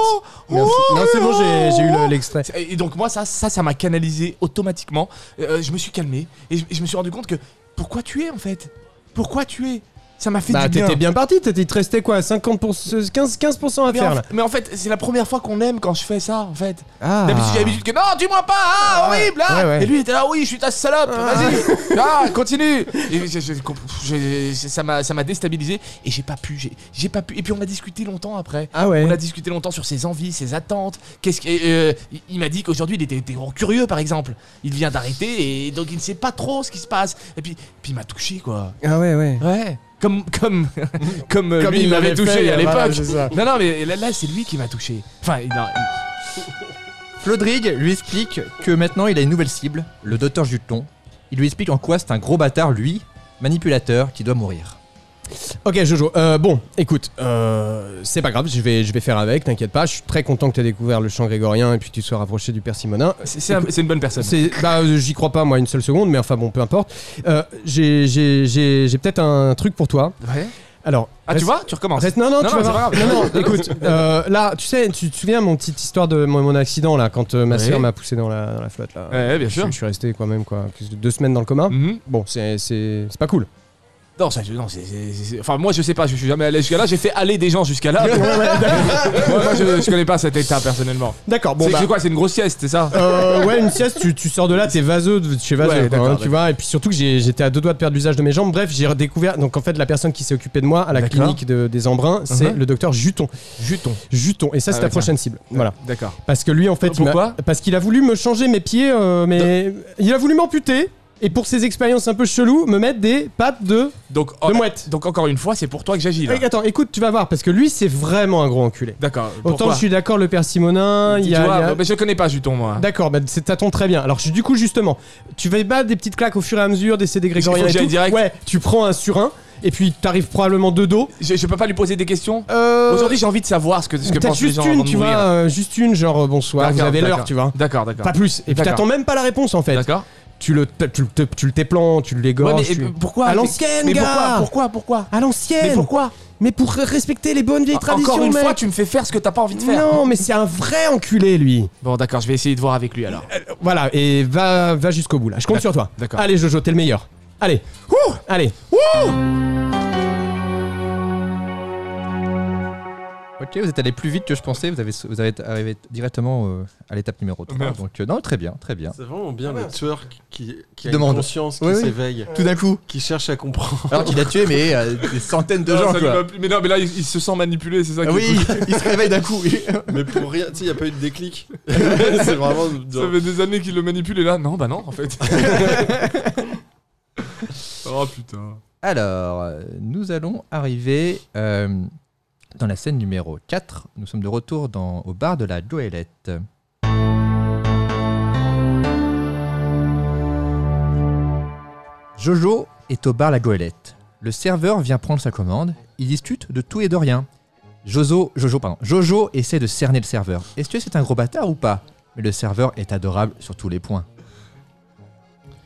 Merci. Non, c'est bon, j'ai j'ai eu le- l'extrait. Et donc moi ça ça ça m'a canalisé automatiquement. Euh, je me suis calmé et je, je me suis rendu compte que pourquoi tuer en fait Pourquoi tuer Ça m'a fait Bah, du bien. t'étais bien parti, t'étais- il te restait quoi 50 pour- 15, 15% à Mais, faire en, là. mais en fait, c'est la première fois qu'on aime quand je fais ça en fait. Ah. D'habitude, j'ai l'habitude que non, tu moi pas, ah, Ouais. horrible, ah. Ouais, ouais. Et lui il était là, oui, je suis ta salope, [laughs] vas-y, ah, continue. Et je- je- je- je- ça m'a ça m'a déstabilisé et j'ai pas pu, j'ai j'ai pas pu. Et puis on a discuté longtemps après. Ah ouais. On a discuté longtemps sur ses envies, ses attentes. Qu'est-ce que euh, il- il m'a dit qu'aujourd'hui il était, était grand curieux par exemple. Il vient d'arrêter et donc il ne sait pas trop ce qui se passe. Et puis puis il m'a touché quoi. Ah ouais, ouais. Ouais. Comme [laughs] comme comme, euh, lui, il m'avait touché fait, à voilà, l'époque. c'est ça. non non mais là, là, c'est lui qui m'a touché. Enfin il a- il- Flodrig lui explique que maintenant il a une nouvelle cible, le docteur Juton. Il lui explique en quoi c'est un gros bâtard, lui, manipulateur, qui doit mourir. Ok Jojo, euh, bon, écoute, euh, c'est pas grave, je vais, je vais faire avec, t'inquiète pas, je suis très content que t'aies découvert le chant grégorien et puis que tu sois rapproché du père Simonin. c'est- c'est un- c'est une bonne personne. C'est, bah, euh, j'y crois pas moi une seule seconde, mais enfin bon, peu importe. Euh, j'ai, j'ai, j'ai, j'ai peut-être un truc pour toi. Ouais. Alors, Ah tu reste- vois, tu recommences. reste- non, non, Non, tu non, vas voir. c'est pas grave. Non, [laughs] non, écoute, euh, là, tu sais, tu te souviens mon petite histoire de mon, mon accident là, quand euh, ma Oui. soeur m'a poussé dans la, dans la flotte là. Ouais, bien je, sûr. je suis resté quand même quoi, plus de deux semaines dans le coma. Mhm. Bon, c'est, c'est, c'est pas cool. Non, ça, non, c'est, c'est- c'est- c'est- Enfin, moi, je sais pas, je suis jamais allé jusqu'à là. J'ai fait aller des gens [laughs] jusqu'à là. [laughs] moi, moi, je, je connais pas cet état personnellement. D'accord, bon c'est, bah. [laughs] c'est quoi C'est une grosse sieste, c'est ça Euh, ouais, une sieste, tu, tu sors de là, t'es vaseux de chez vaseux, Ouais, quoi, d'accord, hein, tu d'accord. vois. Et puis surtout que j'ai- j'étais à deux doigts de perdre l'usage de mes jambes. Bref, j'ai redécouvert. Donc en fait, la personne qui s'est occupée de moi à la D'accord. clinique de- des Embruns, c'est Mhm. le docteur Juton. Juton. Juton. Et ça, c'est Ah, ta ouais, prochaine cible. Voilà. D'accord. Parce que lui, en fait, il m'a- Pourquoi parce qu'il a voulu me changer mes pieds, euh, mais il a voulu m'amputer. Et pour ses expériences un peu cheloues, me mettre des pattes de. Donc, De mouette. donc, encore une fois, c'est pour toi que j'agis là. Eh, attends, écoute, tu vas voir, parce que lui, c'est vraiment un gros enculé. D'accord. Autant Pourquoi je suis d'accord, le père Simonin, il y Tu a- vois, il y a... mais je connais pas Juton, moi. D'accord, bah, c'est- t'attends très bien. Alors je- du coup justement, tu vas battre des petites claques au fur et à mesure des CD grégoriens Il faut que et j'aille tout. direct. Ouais, tu prends un sur un et puis t'arrives probablement de dos. Je, je peux pas lui poser des questions Euh, Aujourd'hui, j'ai envie de savoir ce que, ce que t'as pensent les juste gens une, avant de tu vois, mourir. euh, juste une genre euh, bonsoir, vous D'accord, avez l'heure, d'accord. tu vois. D'accord, d'accord. Pas plus. Et puis D'accord. t'attends même pas la réponse en fait. D'accord. tu le, tu, le- tu, le t'éplants, tu le Ouais, mais dégorges. et tu- pourquoi À l'ancienne, Mais gars pourquoi, pourquoi, pourquoi À l'ancienne Mais pourquoi Mais pour respecter les bonnes vieilles traditions, Encore une mec. fois, tu me fais faire ce que t'as pas envie de faire. Non, mais c'est un vrai enculé, lui. Bon, d'accord, je vais essayer de voir avec lui alors. Voilà, et va, va jusqu'au bout, là. Je compte sur toi. d'accord. Allez, Jojo, t'es le meilleur. Allez. Allez. Ok, vous êtes allé plus vite que je pensais, vous avez, vous avez arrivé directement euh, à l'étape numéro 3. Oh, Merde. Donc, euh, non, très bien, très bien. C'est vraiment bien le tueur qui- qui, qui a Demande. une conscience, qui Oui, oui. s'éveille, Tout d'un coup, qui cherche à comprendre. alors qu'il a tué mais euh, des centaines de Non, gens ça lui quoi. va plus. Mais non, mais là, il, il se sent manipulé, c'est ça Ah qui est oui, il se réveille d'un coup. [laughs] oui. Mais pour rien, tu sais, il n'y a pas eu de déclic. [laughs] c'est vraiment. cool. Ça fait des années qu'il le manipule et là, non, bah non, [laughs] en fait. oh putain. Alors, euh, nous allons arriver euh, dans la scène numéro 4. Nous sommes de retour dans, au bar de la Goélette. Jojo est au bar La Goélette. Le serveur vient prendre sa commande. Ils discutent de tout et de rien. Jojo, Jojo, pardon. Jojo essaie de cerner le serveur. Est-ce que c'est un gros bâtard ou pas Mais le serveur est adorable sur tous les points.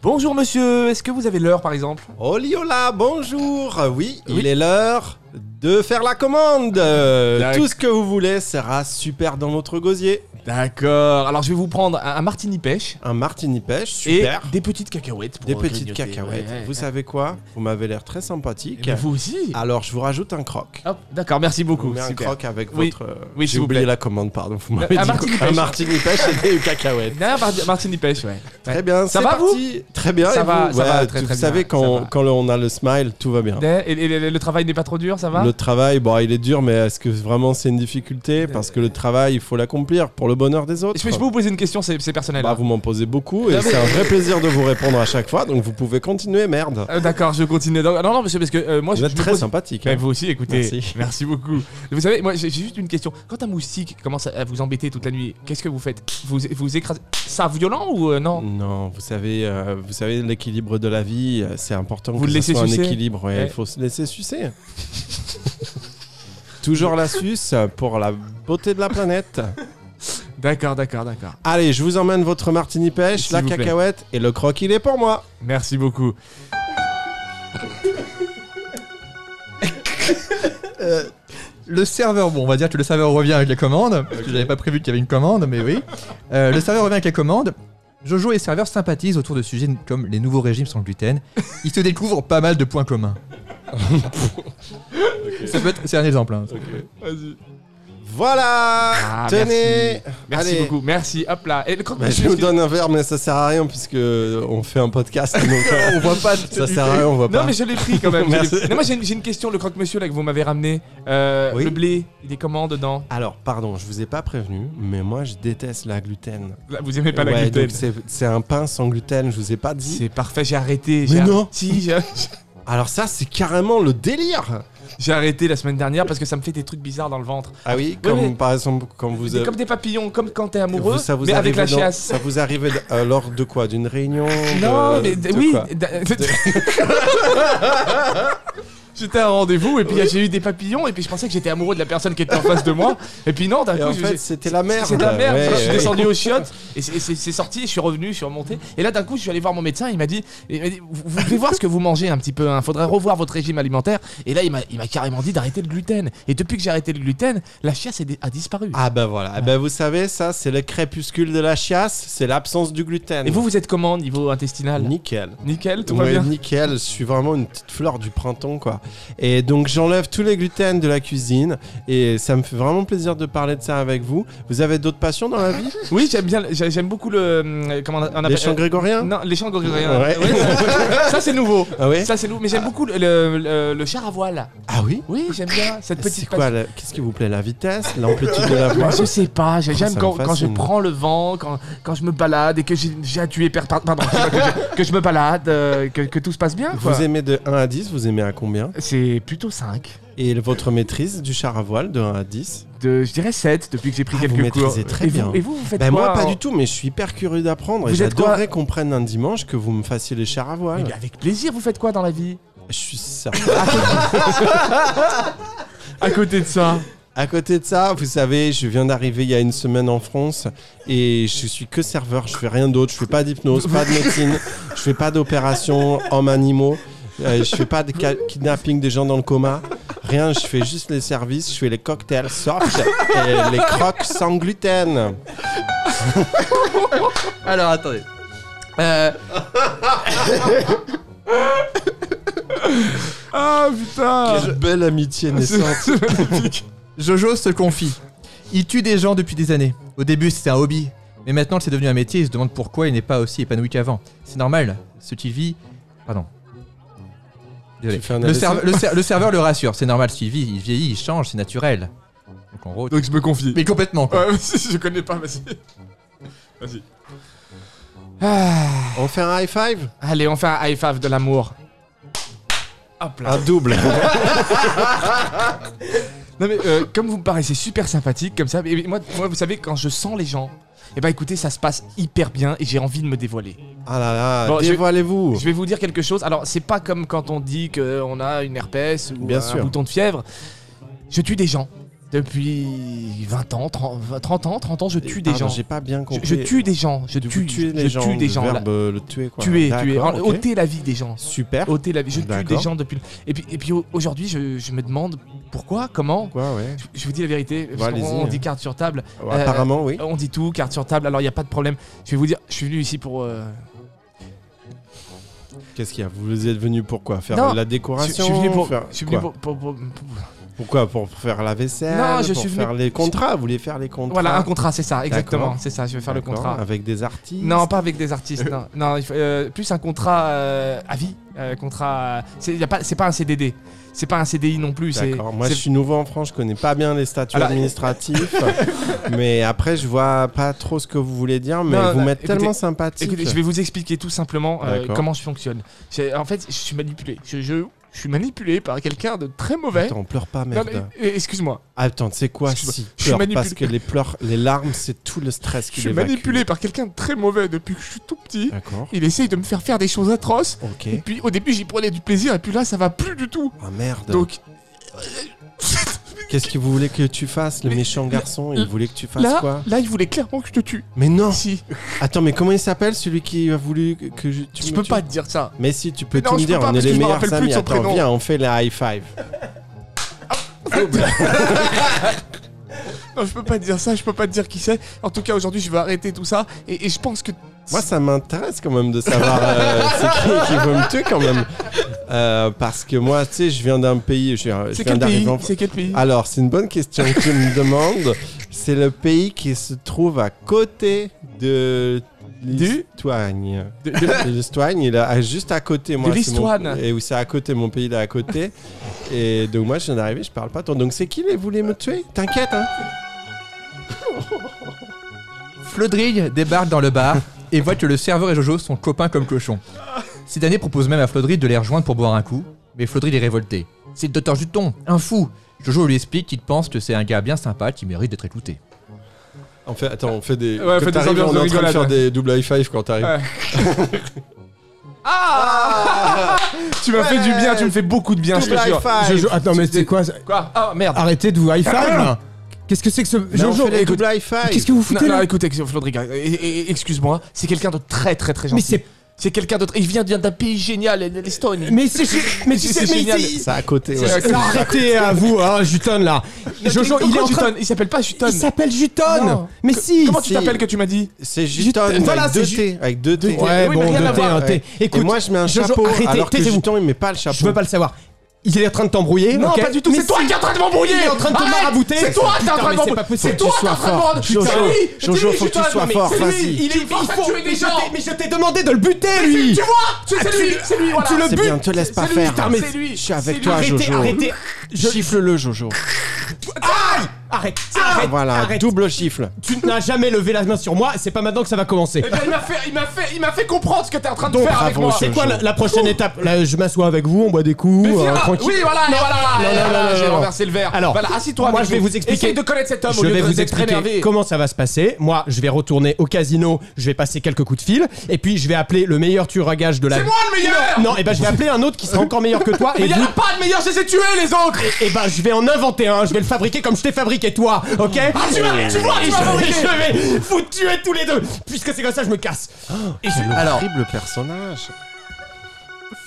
Bonjour monsieur, est-ce que vous avez l'heure par exemple Oliola, bonjour oui, il est l'heure de faire la commande Euh, D'accord. Tout ce que vous voulez sera super dans votre gosier. D'accord, alors je vais vous prendre un, un martini pêche Un martini pêche, et super. des petites cacahuètes. Pour Des petites grignoter. cacahuètes. Ouais, ouais, vous ouais. savez quoi Vous m'avez l'air très Eh sympathique. ben, vous aussi Alors, je vous rajoute un croc. Hop, d'accord, merci beaucoup. vous mets un super. croc avec Oui. votre... euh, Oui, J'ai s'il vous oublié plaît. la commande, pardon. Vous m'avez dit un martini quoi Un pêche. martini pêche et [laughs] des cacahuètes. Dernière par- martini pêche, [laughs] ouais. Très bien, Ça c'est va, parti. Très bien, Ça et va, vous ça va, Ouais, très, tu- très Vous bien, savez, quand, ça va. quand on a le smile, tout va bien. Et, et- et- le travail n'est pas trop dur, ça va Le travail, bon, il est dur, mais est-ce que vraiment c'est une difficulté Parce que le travail, il faut l'accomplir pour le bonheur des autres. Euh, Je peux, je peux vous poser une question, c'est c'est personnel. Bah, hein. vous m'en posez beaucoup et c'est un vrai plaisir de vous répondre à chaque fois, donc vous pouvez continuer, merde. Euh, D'accord, je continue. Donc- non, non, monsieur, parce que euh, moi, Vous je, êtes je me très pose- sympathique. Mais hein. vous aussi, écoutez. [laughs] Merci. beaucoup. Vous savez, moi, j'ai j'ai juste une question. Quand un moustique commence à vous embêter toute la nuit, qu'est-ce que vous faites Vous vous écrasez ça violent ou euh, non Non, vous savez, euh, vous savez l'équilibre de la vie, euh, c'est important. Vous que le ça laissez soit sucer un équilibre, ouais, Ouais. il faut se laisser sucer. [laughs] Toujours la suce pour la beauté de la planète. D'accord, d'accord, d'accord. Allez, je vous emmène votre martini pêche, S'il la vous plaît. cacahuète et le croc, il est pour moi. Merci beaucoup. Le serveur, bon, on va dire que le serveur revient avec les commandes. Parce que j'avais pas prévu qu'il y avait une commande, mais oui. Euh, le serveur revient avec les commandes. Jojo et le serveur sympathisent autour de sujets comme les nouveaux régimes sans gluten. Ils se découvrent pas mal de points [laughs] communs. Ça peut être- c'est un exemple. hein. Vas-y. Voilà Ah, Tenez Merci Allez. beaucoup. Merci. Hop là. Et le croque Bah, je vous donne un verre, mais ça sert à rien puisque on fait un podcast. Donc, [laughs] euh, On voit pas. ça sert à rien, on voit Non pas. mais je l'ai pris quand même. [laughs] Je l'ai- Merci. Non, moi j'ai une, j'ai une question, le croque-monsieur là que vous m'avez ramené. Euh, Oui. Le blé, il est comment dedans Alors, pardon, je vous ai pas prévenu, mais moi je déteste la gluten. Là, Vous aimez pas la Ouais, gluten donc c'est- C'est un pain sans gluten, je vous ai pas dit. C'est parfait, j'ai arrêté. [laughs] Mais j'ai arr- non. Si, j'ai- Alors ça, c'est carrément le délire. j'ai arrêté la semaine dernière parce que ça me fait des trucs bizarres dans le ventre. Ah oui, comme mais- par exemple quand vous C'est avez- comme des papillons, comme quand t'es amoureux, vous- ça vous mais avec arrive la dans- chiasse. Ça vous arrive euh, lors de quoi D'une réunion de- Non, mais de d- oui. quoi [laughs] d- J'étais à un rendez-vous et puis j'ai eu des papillons et puis je pensais que j'étais amoureux de la personne qui était en face de moi. Et puis non, d'un Et coup, en je- fait, c'était la merde. C'est de la merde. Ouais, je suis ouais. descendu aux chiottes et c'est- c'est c'est sorti. Je suis revenu, je suis remonté. Et là, d'un coup, je suis allé voir mon médecin. Il m'a dit, il m'a dit, vous, vous devez voir ce que vous mangez un petit peu. Hein. Faudrait revoir votre régime alimentaire. Et là, il m'a il m'a carrément dit d'arrêter le gluten. Et depuis que j'ai arrêté le gluten, la chiasse est dé- a disparu. Ah bah voilà. Eh ben, vous savez, ça, c'est le crépuscule de la chiasse, c'est l'absence du gluten. Et vous, vous êtes comment niveau intestinal Nickel. Nickel, tout va Ouais, bien. nickel, je suis vraiment une petite fleur du printemps quoi. Et donc j'enlève tous les gluten de la cuisine et ça me fait vraiment plaisir de parler de ça avec vous. Vous avez d'autres passions dans la vie Oui, j'aime bien, j'ai- j'aime beaucoup le euh, comment on a- on appelle Les chants grégoriens euh, Non, les chants grégoriens. Ouais. Ouais, [laughs] ça, ça, c'est nouveau. Ah ouais Ça c'est nouveau, mais j'aime beaucoup le, le- le- le char à voile. Ah oui Oui, j'aime bien cette C'est petite. quoi la- Qu'est-ce qui vous plaît La vitesse L'amplitude de [laughs] la voix passion. je sais pas, j'ai- Oh, j'aime ça quand, me quand je fascine. prends le vent, quand, quand je me balade et que j'ai j'ai à tuer per- par- pardon, je sais pas, que, je, que je me balade, euh, que, que tout se passe bien. quoi. Vous aimez de 1 à 10, vous aimez à combien C'est plutôt 5. Et le- votre maîtrise du char à voile de 1 à 10 De, je dirais 7 depuis que j'ai pris Ah, vous quelques cours. maîtrisez très et, bien. Vous, et vous, vous faites Ben quoi moi pas en- du tout, mais je suis hyper curieux d'apprendre et Vous êtes quoi j'adorerais qu'on prenne un dimanche que vous me fassiez les chars à Mais voile. avec plaisir, vous faites quoi dans la vie Je suis certain. À côté de ça. À côté de ça, vous savez, je viens d'arriver il y a une semaine en France et je suis que serveur, je fais rien d'autre, je fais pas d'hypnose, pas de médecine, je fais pas d'opération en animaux, euh, je fais pas de ca- kidnapping des gens dans le coma, rien, je fais juste les services, je fais les cocktails soft et les croques sans gluten. Alors attendez. Euh, Ah putain Quelle belle [laughs] amitié naissante. C'est magnifique. Jojo se confie. Il tue des gens depuis des années. Au début, c'était un hobby. Mais maintenant que c'est devenu un métier, il se demande pourquoi il n'est pas aussi épanoui qu'avant. C'est normal. Ce qu'il vit. Pardon. Désolé. Tu fais un Le, AVC? serve- le ser- le serveur le rassure. C'est normal ce qu'il vit. Il vieillit, il change, c'est naturel. Donc en gros. Donc je me confie. Mais complètement quoi. [laughs] Ouais, mais si, je connais pas, vas-y. Vas-y. On fait un high five Ah, Allez, on fait un high five de l'amour. Hop là. Un double. Non mais euh, comme vous me paraissez super sympathique comme ça, mais mais moi, moi vous savez quand je sens les gens, et bah écoutez ça se passe hyper bien et j'ai envie de me dévoiler. Ah là là, Bon, je- dévoilez-vous. Je vais vous dire quelque chose. Alors c'est pas comme quand on dit qu'on a une herpès ou Bien un sûr. bouton de fièvre. Je tue des gens depuis 20 ans, 30, 30 ans, 30 ans, je tue des Pardon, gens. J'ai pas bien Je, compris. je tue des gens, je Tu tue, tuer je les gens, tue des le gens. verbe, euh, le tuer quoi. tuer, tuer, Ah, D'accord, ok. ôter la vie des gens. Super. ôter la vie. Je tue des D'accord. gens depuis. Et puis, et puis au- aujourd'hui, je, je me demande pourquoi, comment. Quoi, ouais. Je, je vous dis la vérité. Bah, Parce allez-y, qu'on on hein. dit carte sur table. Ouais, Euh, Apparemment, oui. On dit tout, carte sur table. Alors il n'y a pas de problème. Je vais vous dire, je suis venu ici pour. euh, Qu'est-ce qu'il y a Vous êtes venu pour quoi Faire Non, la Je, décoration je suis venu pour. Faire Je suis quoi venu pour, pour- pour- pour- Pourquoi Pour faire la vaisselle Non, je Pour suis venu- faire les contrats Vous voulez faire les contrats Voilà, un contrat, c'est ça, exactement. D'accord. C'est ça, je vais faire le D'accord, contrat. Avec des artistes Non, pas avec des artistes. [laughs] non, non il faut, euh, plus un contrat euh, à vie, euh, contrat. euh, c'est y a pas, c'est pas un CDD, c'est pas un CDI non plus. C'est D'accord. Moi, c'est- je suis nouveau en France, je connais pas bien les statuts Alors- [laughs] administratifs. mais après, je vois pas trop ce que vous voulez dire, mais Non, vous non, m'êtes écoutez- tellement sympathique. Écoutez, je vais vous expliquer tout simplement euh, D'accord. comment je fonctionne. J'ai- En fait, je suis manipulé. Je, je- je suis manipulé par quelqu'un de très mauvais. Attends, pleure pas, Non, merde. mais, euh, Excuse-moi. Attends, c'est quoi Excuse-moi, si je suis pleure manipulé. Parce que les pleurs, les larmes, c'est tout le stress Je qu'il suis évacue. manipulé par quelqu'un de très mauvais depuis que je suis tout petit. D'accord. Il essaye de me faire faire des choses atroces. Ok. Et puis au début, j'y prenais du plaisir. Et puis là, ça va plus du tout. Ah merde. Donc Qu'est-ce que vous voulez que tu fasses, le Mais- méchant garçon Il là- euh, voulait que tu fasses là, quoi Oh, là, il voulait clairement que je te tue. Mais non Si, Attends, mais comment il s'appelle celui qui a voulu que- que je, tu je me peux tues pas te dire ça. Mais si, tu peux Non, tout me je peux dire, pas, on est parce que les je me meilleurs rappelle plus de amis. son Attends, prénom. viens, on fait la [laughs] high five. Non, je peux pas te dire ça. Je peux pas te dire qui c'est. En tout cas, aujourd'hui, je vais arrêter tout ça. Et, et je pense que Moi, ça m'intéresse quand même de savoir euh, c'est qui qui veut me tuer quand même. Euh, parce que moi, tu sais, je viens d'un pays, je, je c'est viens quel pays d'arriver en France. C'est quel pays Alors, c'est une bonne question que tu me demandes. C'est le pays qui se trouve à côté de l'Estoigne. De- De l'Estoigne, il est à- juste à côté. Moi, De c'est mon- l'Estoigne. Et où c'est à côté, mon pays, il est à côté. Et donc, moi, je viens d'arriver, je parle pas tant. Donc, c'est qui les voulait me tuer T'inquiète, hein Flodrig débarque dans le bar et voit que le serveur et Jojo sont copains comme cochons. Ces derniers proposent même à Flodrig de les rejoindre pour boire un coup, mais Flodrig est révolté. C'est le docteur Juton, un fou Jojo lui explique qu'il pense que c'est un gars bien sympa qui mérite d'être écouté. On fait, attends, on fait des. Ouais, quand faites des t'arrives, ambiances de on est en train de rigolade, faire ouais. des double high five quand t'arrives. Ouais. Tu m'as fait du bien, tu me fais beaucoup de bien, je te jure. Jojo, attends, mais c'est quoi ça Quoi Ah merde. Arrêtez de vous high five là. Qu'est-ce que c'est que ce Mais on Jojo fait les écoute, double high five. Qu'est-ce que vous Non, foutez non, là écoute, ex- Flodrig, euh, et- et- excuse-moi, c'est quelqu'un de très très très Mais gentil. c'est c'est quelqu'un de tr- Il vient d'un d'un pays génial, l'Estonie. mais [laughs] c'est mais tu sais C'est mais génial. c'est- C'est à côté, ouais. C'est- c'est- arrêtez à vous hein Juton là. Jojo, il est en train Il s'appelle pas Chuton. il s'appelle Juton. Non. Mais Que- si Comment tu c'est- t'appelles que tu m'as dit C'est Juste- Juton avec, voilà, c'est deux ju- T, avec deux T. Ouais, Oui, mais bon, rien à de thé, voir. un thé. Et Écoute, moi, je mets un Jojo, chapeau. arrêtez, alors que taisez-vous. Juton, il met pas le chapeau. je veux pas le savoir. Il est en train de t'embrouiller. Non, ok pas du tout, Mais c'est toi si. qui es en train de m'embrouiller Il est en train de te Arrête marabouter. C'est toi qui es en Putain, train mais de c'est pas m'embrouiller possible. C'est toi qui es en train de m'embrouiller Jojo, Putain, oui, c'est Jojo, lui, faut que tu Chuton. sois Non, mais fort, c'est lui, vas-y. Il est Il faut tuer des gens. Mais je t'ai demandé de le buter Tu lui. vois Ah, tu- C'est lui, c'est lui, voilà Tu le C'est butes. bien, te laisse pas C'est lui, faire. putain, mais c'est lui. Je suis C'est avec lui. toi, Arrêtez, Jojo. arrêtez. Gifle-le, Jojo. Arrête, Ah, arrête, Ah, Voilà, arrête. double chiffre. Tu n'as jamais levé la main sur moi, et c'est pas maintenant que ça va commencer. Eh ben, [laughs] il m'a fait, il m'a fait, il m'a fait comprendre ce que t'es en train de Donc, faire avec bravo, moi. C'est ce quoi jour. la, la prochaine étape Là, je m'assois avec vous, on boit des coups, Mais euh, Vera, tranquille. Oui, voilà, et voilà, et non, voilà, non, non, j'ai non. renversé le verre. Alors, voilà, assis-toi. moi, avec je vais nous. vous expliquer. Essaye de connaître cet homme au Je lieu vais de- vous d'être expliquer énervé. comment ça va se passer. Moi, je vais retourner au casino, je vais passer quelques coups de fil, et puis je vais appeler le meilleur tueur à gage de la. C'est moi le meilleur. Non, et ben je vais appeler un autre qui sera encore meilleur que [laughs] toi, Mais et y'en vous- a pas de meilleur, je les ai tués les autres. et ben je vais en inventer un, je vais le fabriquer comme je t'ai fabriqué toi, ok Ah, tu vas- tu vois, tu Et vas je- fabriquer. Je vais vous tuer tous les deux, puisque c'est comme ça, je me casse. Et je- Alors, Horrible personnage.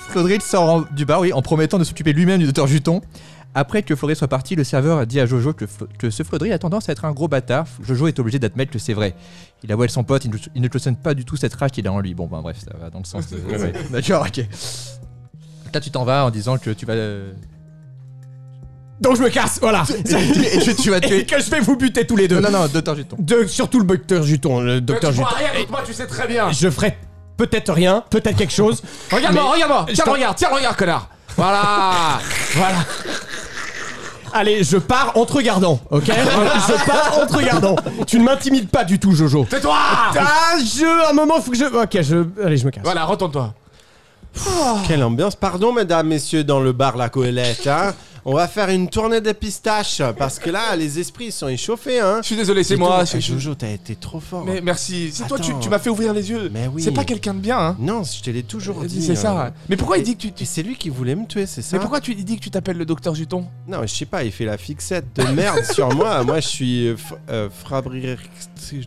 Flodrig sort en- du bar, oui, en promettant de s'occuper lui-même du docteur Juton. Après que Flodrig soit parti, le serveur a dit à Jojo que, Flo- que ce Flodrig a tendance à être un gros bâtard. Jojo est obligé d'admettre que c'est vrai. Il avouait son pote, il ne, il ne cautionne pas du tout cette rage qu'il a en lui. Bon, ben bref, ça va dans le sens de. [laughs] Ouais. [laughs] D'accord, ok. Là, tu t'en vas en disant que tu [laughs] vas. euh, Donc je me casse, voilà. et que tu [laughs] vas Et tuer. que je vais vous buter tous les deux. Non, non, non, docteur Juton. De, surtout le docteur Juton, le docteur Tu Juton. vois rien avec moi, tu sais très bien. Je ferai peut-être rien, peut-être quelque chose. Regarde-moi, Mais- regarde-moi. Je Tiens, le t'en- regarde, tiens, le regarde, connard. [laughs] Voilà. Voilà. Allez, je pars en te regardant, ok Je pars en te regardant. Tu ne m'intimides pas du tout, Jojo. Tais-toi. Ah, je. Un moment, faut que je. Ok, je. Allez, je me casse. Voilà, retourne-toi. Oh. Quelle ambiance. Pardon, mesdames, messieurs, dans le bar La Coëlette. hein. On va faire une tournée des pistaches parce que là, les esprits ils sont échauffés. Hein. Je suis désolé, c'est moi. Dis donc, je- Ah, je- Jojo, t'as été trop fort. Mais merci. C'est toi, tu, Attends. tu m'as fait ouvrir les yeux. Mais oui. C'est pas quelqu'un de bien, hein. Non, je te l'ai toujours dit. C'est euh, ça. hein. Mais pourquoi il Et- dit que tu. tu- et C'est lui qui voulait me tuer, c'est ça Mais pourquoi tu il dit que tu t'appelles le docteur Juton Non, je sais pas, il fait la fixette de merde sur [laughs] moi. Moi, je suis euh, f- euh, Fabrice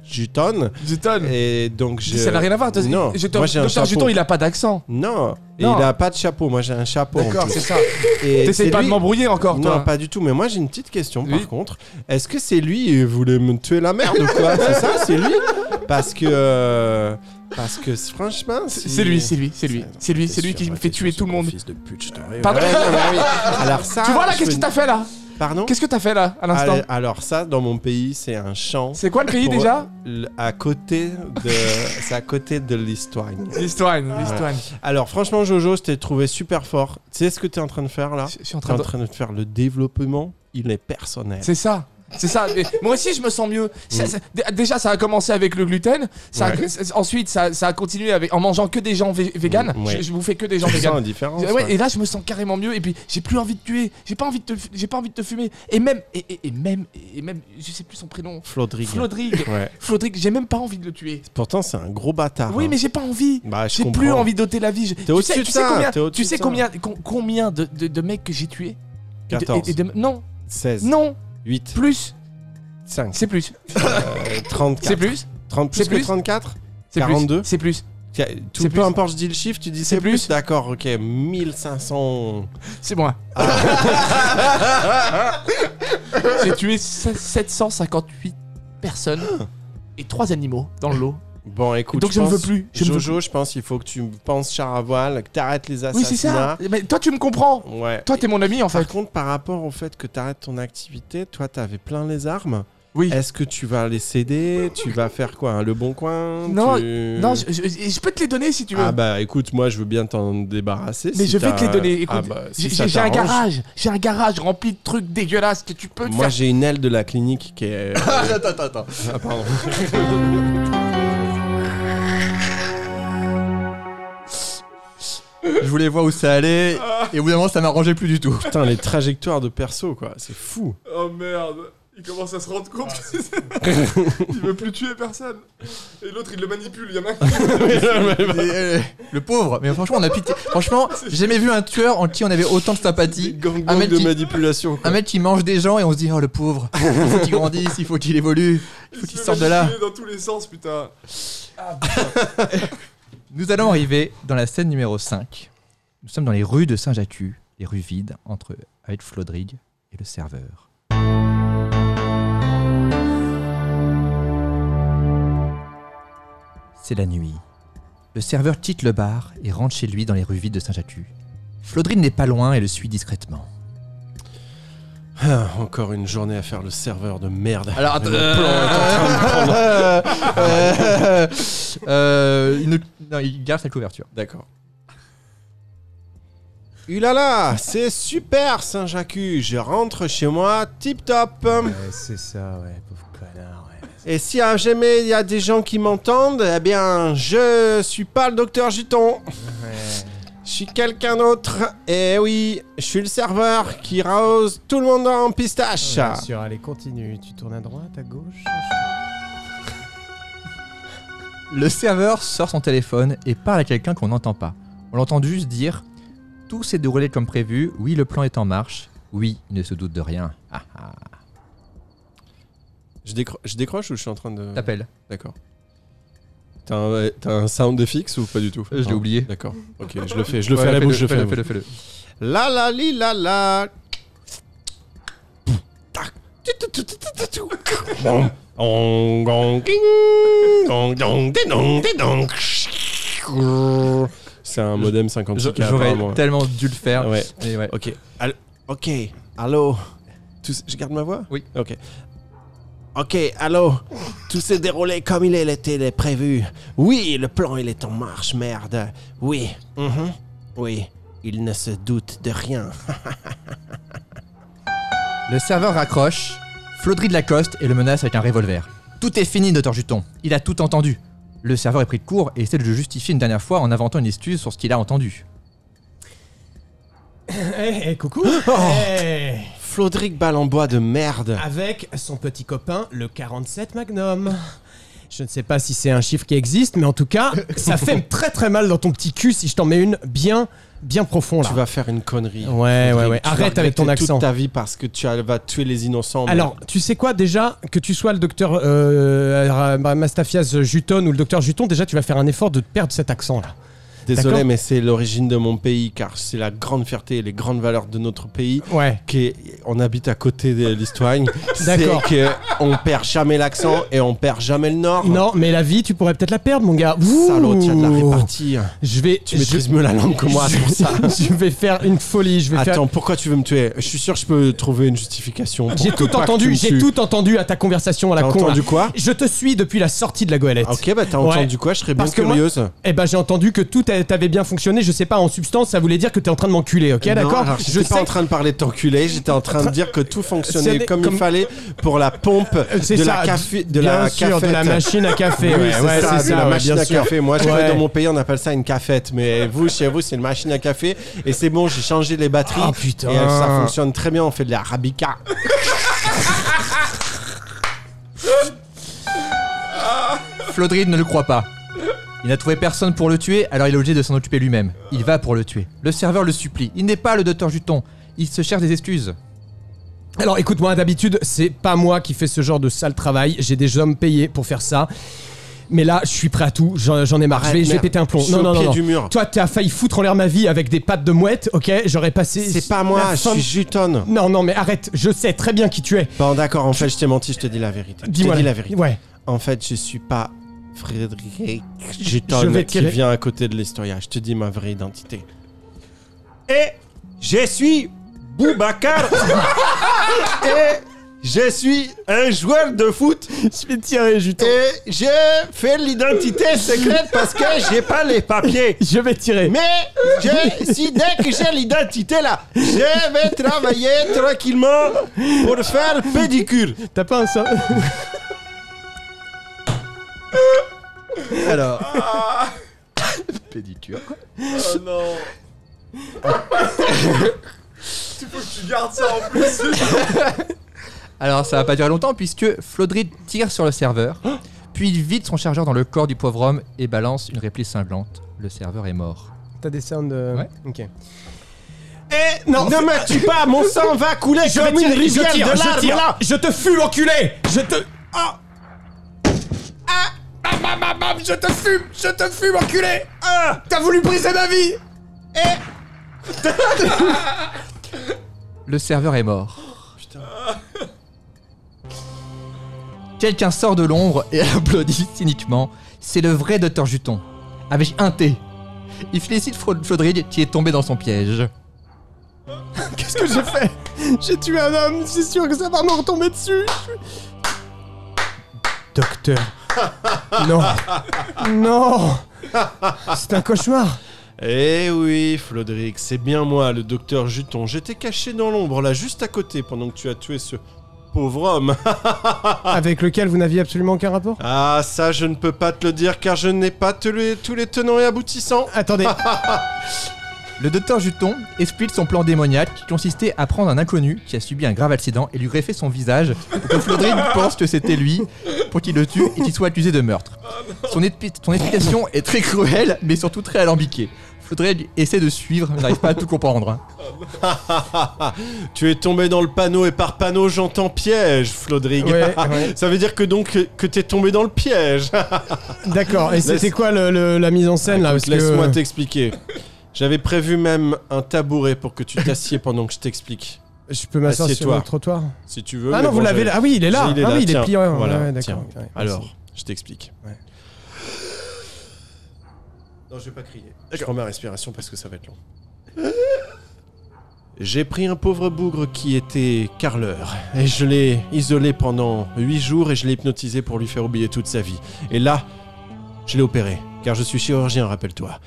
Juton. Juton. Et donc, je. Hum. Ça n'a rien à voir. toi, Non, je te- moi, j'ai un docteur chapeau. Juton, il a pas d'accent. Non, et Non. il a pas de chapeau. Moi, j'ai un chapeau. en D'accord, plus. c'est ça. Et T'essayes c'est pas lui- de m'embrouiller encore, Non, toi. pas du tout. Mais moi, j'ai une petite question, Oui. par contre. Est-ce que c'est lui qui voulait me tuer la merde ou quoi C'est ça, c'est lui Parce que. euh, Parce que, franchement. C'est si- c'est lui, c'est lui, c'est lui. Attends, C'est lui, t'es c'est lui sûr, qui me ouais, fait t'es tuer sûr, tout le gros monde. Fils de pute, je te réveille. Pardon. Ouais, non, mais oui. [laughs] Alors ça. Tu vois là, Ah, je qu'est-ce peux- que t'as fait là Pardon Qu'est-ce que t'as fait là, à l'instant Allez, Alors ça, dans mon pays, c'est un champ. C'est quoi le pays Pour- déjà l- à côté de [laughs] c'est à côté de l'Istoigne. L'histoire, l'histoire. Alors franchement Jojo, je t'ai trouvé super fort. Tu sais ce que t'es en train de faire là Je je suis en T'es train en de. train de faire le développement, il est personnel. C'est ça. C'est ça. Mais moi aussi, je me sens mieux. Ça- ça- dé- déjà, ça a commencé avec le gluten. Ça a- Mm. Ouais. c- ensuite, ça, ça a continué avec, en mangeant que des gens vé- véganes. Mm, ouais. Je, je bouffais que des gens Tu sens la véganes. différence. Ouais, ouais. Et là, je me sens carrément mieux. Et puis, j'ai plus envie de tuer. J'ai pas envie de, te fu- j'ai pas envie de te fumer. Et même, et, et- et même, et même, je sais plus son prénom. Flodrig. Flodrig. Ouais. Flodrig, j'ai même pas envie de le tuer. Pourtant c'est un gros bâtard. Oui, hein. mais j'ai pas envie. bah je J'ai comprends. plus envie d'ôter la vie. Je- tu au-dessus sais, de tu sais ça, combien, t'es au-dessus tu sais de ça. combien, com- combien de, de- de mecs que j'ai tués Et de- 14, et de- Non, 16, non, 8, plus, 5, c'est plus, euh, c'est 34, plus, 30 plus c'est que plus. 34 c'est plus, 42. c'est plus, Tiens, tout, C'est Peu plus. importe, je dis le chiffre, tu dis C'est c'est plus. plus. D'accord, ok, 1500. c'est moi. Ah. [laughs] j'ai tué 758 personnes et 3 animaux dans le lot. Bon, écoute, Donc je ne pense- veux plus, je ne veux Jojo, je pense qu'il faut que tu penses char à voile, que t'arrêtes les Oui, c'est ça. assassinats. Mais toi, tu me comprends. ouais. Toi, t'es mon ami en Par fait. contre, par rapport au fait que t'arrêtes ton activité, toi, t'avais plein les armes. Oui. Est-ce que tu vas les céder Tu vas faire quoi hein, Le bon coin Non, Tu- Non, je, je- je peux te les donner si tu veux. Ah bah écoute, moi je veux bien t'en débarrasser. Mais si je vais t'as- te les donner. Écoute, Ah bah, j'ai- si ça j'ai j'ai un t'arrange. garage, j'ai un garage rempli de trucs dégueulasses que tu peux te Moi faire j'ai une aile de la clinique qui [laughs] est. Attends, attends, attends. Ah, pardon. Je voulais voir où ça allait, Ah. et au bout d'un moment, ça m'arrangeait plus du tout. Putain, les trajectoires de perso quoi, c'est fou. Oh merde, il commence à se rendre Ah, compte. que c'est- [laughs] il veut plus tuer personne. Et l'autre, il le manipule. Il y en a un qui- Euh, Le pauvre, mais franchement, on a pitié. Franchement, j'ai jamais vu un tueur en qui on avait autant de sympathie. Gang Ah, Un mec de qui- manipulation. Un mec qui mange des gens et on se dit, oh le pauvre, il faut qu'il grandisse, il faut qu'il évolue, il faut il qu'il se sorte de fait là. manipuler dans tous les sens, putain. Nous allons arriver dans la scène numéro 5. Nous sommes dans les rues de Saint-Jacques, les rues vides, entre avec Flodrig et le serveur. C'est la nuit. Le serveur quitte le bar et rentre chez lui dans les rues vides de Saint-Jacques. Flodrig n'est pas loin et le suit discrètement. Ah, encore une journée à faire le serveur de merde. Alors, Le plan est en train de prendre. Euh, il, garde sa couverture. D'accord. Ulala, c'est super Saint-Jacques, je rentre chez moi tip top. c'est ça, ouais, pauvre connard, ouais. Et si euh, jamais il y a des gens qui m'entendent, eh bien je suis pas le docteur Juton. Je suis quelqu'un d'autre. Et oui, je suis le serveur qui rose tout le monde en pistache. Bien sûr, allez, continue. Tu tournes à droite, à gauche Le serveur sort son téléphone et parle à quelqu'un qu'on n'entend pas. On l'entend juste dire Tout s'est déroulé comme prévu, oui, le plan est en marche, oui, il ne se doute de rien. Ah, ah. Je, décro- je décroche ou je suis en train de... T'appelles D'accord. T'as un, t'as un sound FX ou pas du tout Euh, Je l'ai Non. oublié. D'accord. Ok, je le fais. Je le fais Ouais, à la fais-le, bouche. Je le fais. à la fais-le, fais-le, fais-le. bouche. La la li la la. Tac. Gong, gong, gong, ding, gong, dong, ding, dong, ding, dong. C'est un modem 56 Je- J'aurais apparemment. tellement dû le faire. Ouais. mais ouais. Ok. Allô- ok. Allô. Tout s- je garde ma voix Oui. Ok. Ok, allô. Tout s'est déroulé comme il était prévu. Oui, le plan il est en marche, merde. Oui. Mhm. Oui. Il ne se doute de rien. Le serveur raccroche, Flaudry de Lacoste et le menace avec un revolver. Tout est fini, docteur Juton. Il a tout entendu. Le serveur est pris de court et essaie de le justifier une dernière fois en inventant une excuse sur ce qu'il a entendu. Eh, eh, coucou Eh, Flaudric Ballambois de merde. Avec son petit copain, le 47 Magnum. Je ne sais pas si c'est un chiffre qui existe, mais en tout cas, ça [laughs] fait très très mal dans ton petit cul si je t'en mets une bien, bien profond là. Tu vas faire une connerie. bah. Ouais, ouais, Flaudric, ouais. tu vas Arrête avec ton regretter accent. Toute ta vie parce que tu as- vas tuer les innocents. Oh, merde. Alors, tu sais quoi déjà Que tu sois le docteur euh, Ra- Mastafias Juton ou le docteur Juton, déjà tu vas faire un effort de perdre cet accent là. désolé, d'accord. mais c'est l'origine de mon pays car c'est la grande fierté et les grandes valeurs de notre pays. Ouais. que- on habite à côté de [laughs] l'Istoigne, c'est D'accord. que on perd jamais l'accent et on perd jamais le nord. Non, mais la vie, tu pourrais peut-être la perdre, mon gars. Ouh. Salaud, tiens de la répartie. Je vais. Tu je- maîtrises mieux la langue que moi, c'est pour ça. [laughs] je vais faire une folie. Je vais faire. Attends, pourquoi tu veux me tuer Je suis sûr que je peux trouver une justification. pour J'ai que tout pas que tu entendu, me j'ai tues. tout entendu à ta conversation à la T'as con. là. entendu quoi Je te suis depuis la sortie de la goélette. Ok, bah t'as Ouais. entendu quoi Je serais bien Parce que moi- curieuse. Eh ben j'ai entendu que tout a- t'avait bien fonctionné, je sais pas en substance, ça voulait dire que t'es en train de m'enculer, ok Non, d'accord alors, Je J'étais pas sais en train de parler de t'enculer, j'étais en train de dire que tout C'est fonctionnait des- comme, comme- Euh, il fallait pour la pompe c'est Euh, de la, ça, café, de bien la sûr, de cafette. la machine à café, Oui, ouais, ouais, ça, de la ouais, machine bien à sûr. café. Moi, je Ouais. crois que dans mon pays, on appelle ça une cafette. Mais vous, chez vous, c'est une machine à café. Et c'est bon, j'ai changé les batteries. Ah, putain. Et euh, ça fonctionne très bien. On fait de la rabica. Flaudry ne le croit pas. Il n'a trouvé personne pour le tuer, alors il est obligé de s'en occuper lui-même. Il va pour le tuer. Le serveur le supplie. Il n'est pas le docteur Juton. Il se cherche des excuses. Alors écoute-moi, d'habitude, c'est pas moi qui fais ce genre de sale travail, j'ai des hommes payés pour faire ça. Mais là, je suis prêt à tout, j'en j'en ai marre, je vais- Arrête, je vais merde. péter un plomb. Je suis Non, au non, pied non, du non. mur. Toi, t'as failli foutre en l'air ma vie avec des pattes de mouette, ok J'aurais passé. C'est pas moi, la je fin- suis Juton. [laughs] Non, non, mais arrête, je sais très bien qui tu es. Bon, d'accord, en fait, je t'ai menti, je te dis la vérité. Je te Dis-moi dis la vérité. Ouais. En fait, je suis pas Frédéric Je Juton vais qui tirer. vient à côté de l'Estoria. Je te dis ma vraie identité. Et je suis [laughs] Boubacar. et je suis un joueur de foot. Je vais tirer, Juton. Et j'ai fait l'identité secrète parce que j'ai pas les papiers. Je vais tirer. Mais je- si dès que j'ai l'identité là, je vais travailler tranquillement pour faire pédicure. T'as pas un seul. Alors. Oh [laughs] non Tu faut que tu gardes ça en plus Alors ça va pas durer longtemps puisque Flaudry tire sur le serveur, puis il vide son chargeur dans le corps du pauvre homme et balance une réplique cinglante. Le serveur est mort. T'as des sounds. euh, Ouais. Ok. Eh, Et Non. ne me tue pas, mon sang va couler Je comme vais une tirer, je rivière tire, de je larmes tire. là. Je te fume, enculé Je te. Ah. Je te fume, je te fume, enculé. Ah, t'as voulu briser ma vie. Le serveur est mort. Quelqu'un sort de l'ombre et [laughs] applaudit cyniquement. C'est le vrai Dr Juton, avec un T. Il félicite Fro- Flodrig qui est tombé dans son piège. Qu'est-ce que j'ai fait J'ai tué un homme, c'est sûr que ça va me retomber dessus. Docteur. Non. Non. C'est un cauchemar. Eh oui, Flodric, c'est bien moi, le docteur Juton. J'étais caché dans l'ombre, là, juste à côté, pendant que tu as tué ce pauvre homme. [laughs] Avec lequel vous n'aviez absolument aucun rapport Ah, ça, je ne peux pas te le dire, car je n'ai pas te le- tous les tenants et aboutissants. [laughs] Attendez, Le docteur Juton explique son plan démoniaque qui consistait à prendre un inconnu qui a subi un grave accident et lui greffer son visage pour que Flodrig pense que c'était lui pour qu'il le tue et qu'il soit accusé de meurtre. Son, épi- son explication est très cruelle mais surtout très alambiquée. Flodrig essaie de suivre mais n'arrive pas à tout comprendre. hein. tu es tombé dans le panneau, et par panneau, j'entends piège, Flodric. [laughs] Ouais, ouais. Ça veut dire que donc, que t'es tombé dans le piège. d'accord. Et c'était Laisse- quoi le- le- la mise en scène là parce que- [laughs] Laisse-moi t'expliquer. J'avais prévu même un tabouret pour que tu t'assieds pendant que je t'explique. Je peux m'asseoir sur Assieds-toi. le trottoir Si tu veux. Ah mais non, bon, vous l'avez j'avais- là. Ah oui, il est là. Il est ah là, oui, il tiens, est plié. ouais, ouais, voilà, ouais, tiens. d'accord. ouais, merci. Alors, je t'explique. Ouais. Non, je vais pas crier. Je prends ma respiration parce que ça va être long. [laughs] J'ai pris un pauvre bougre qui était carleur et je l'ai isolé pendant 8 jours et je l'ai hypnotisé pour lui faire oublier toute sa vie. Et là, je l'ai opéré, car je suis chirurgien, rappelle-toi.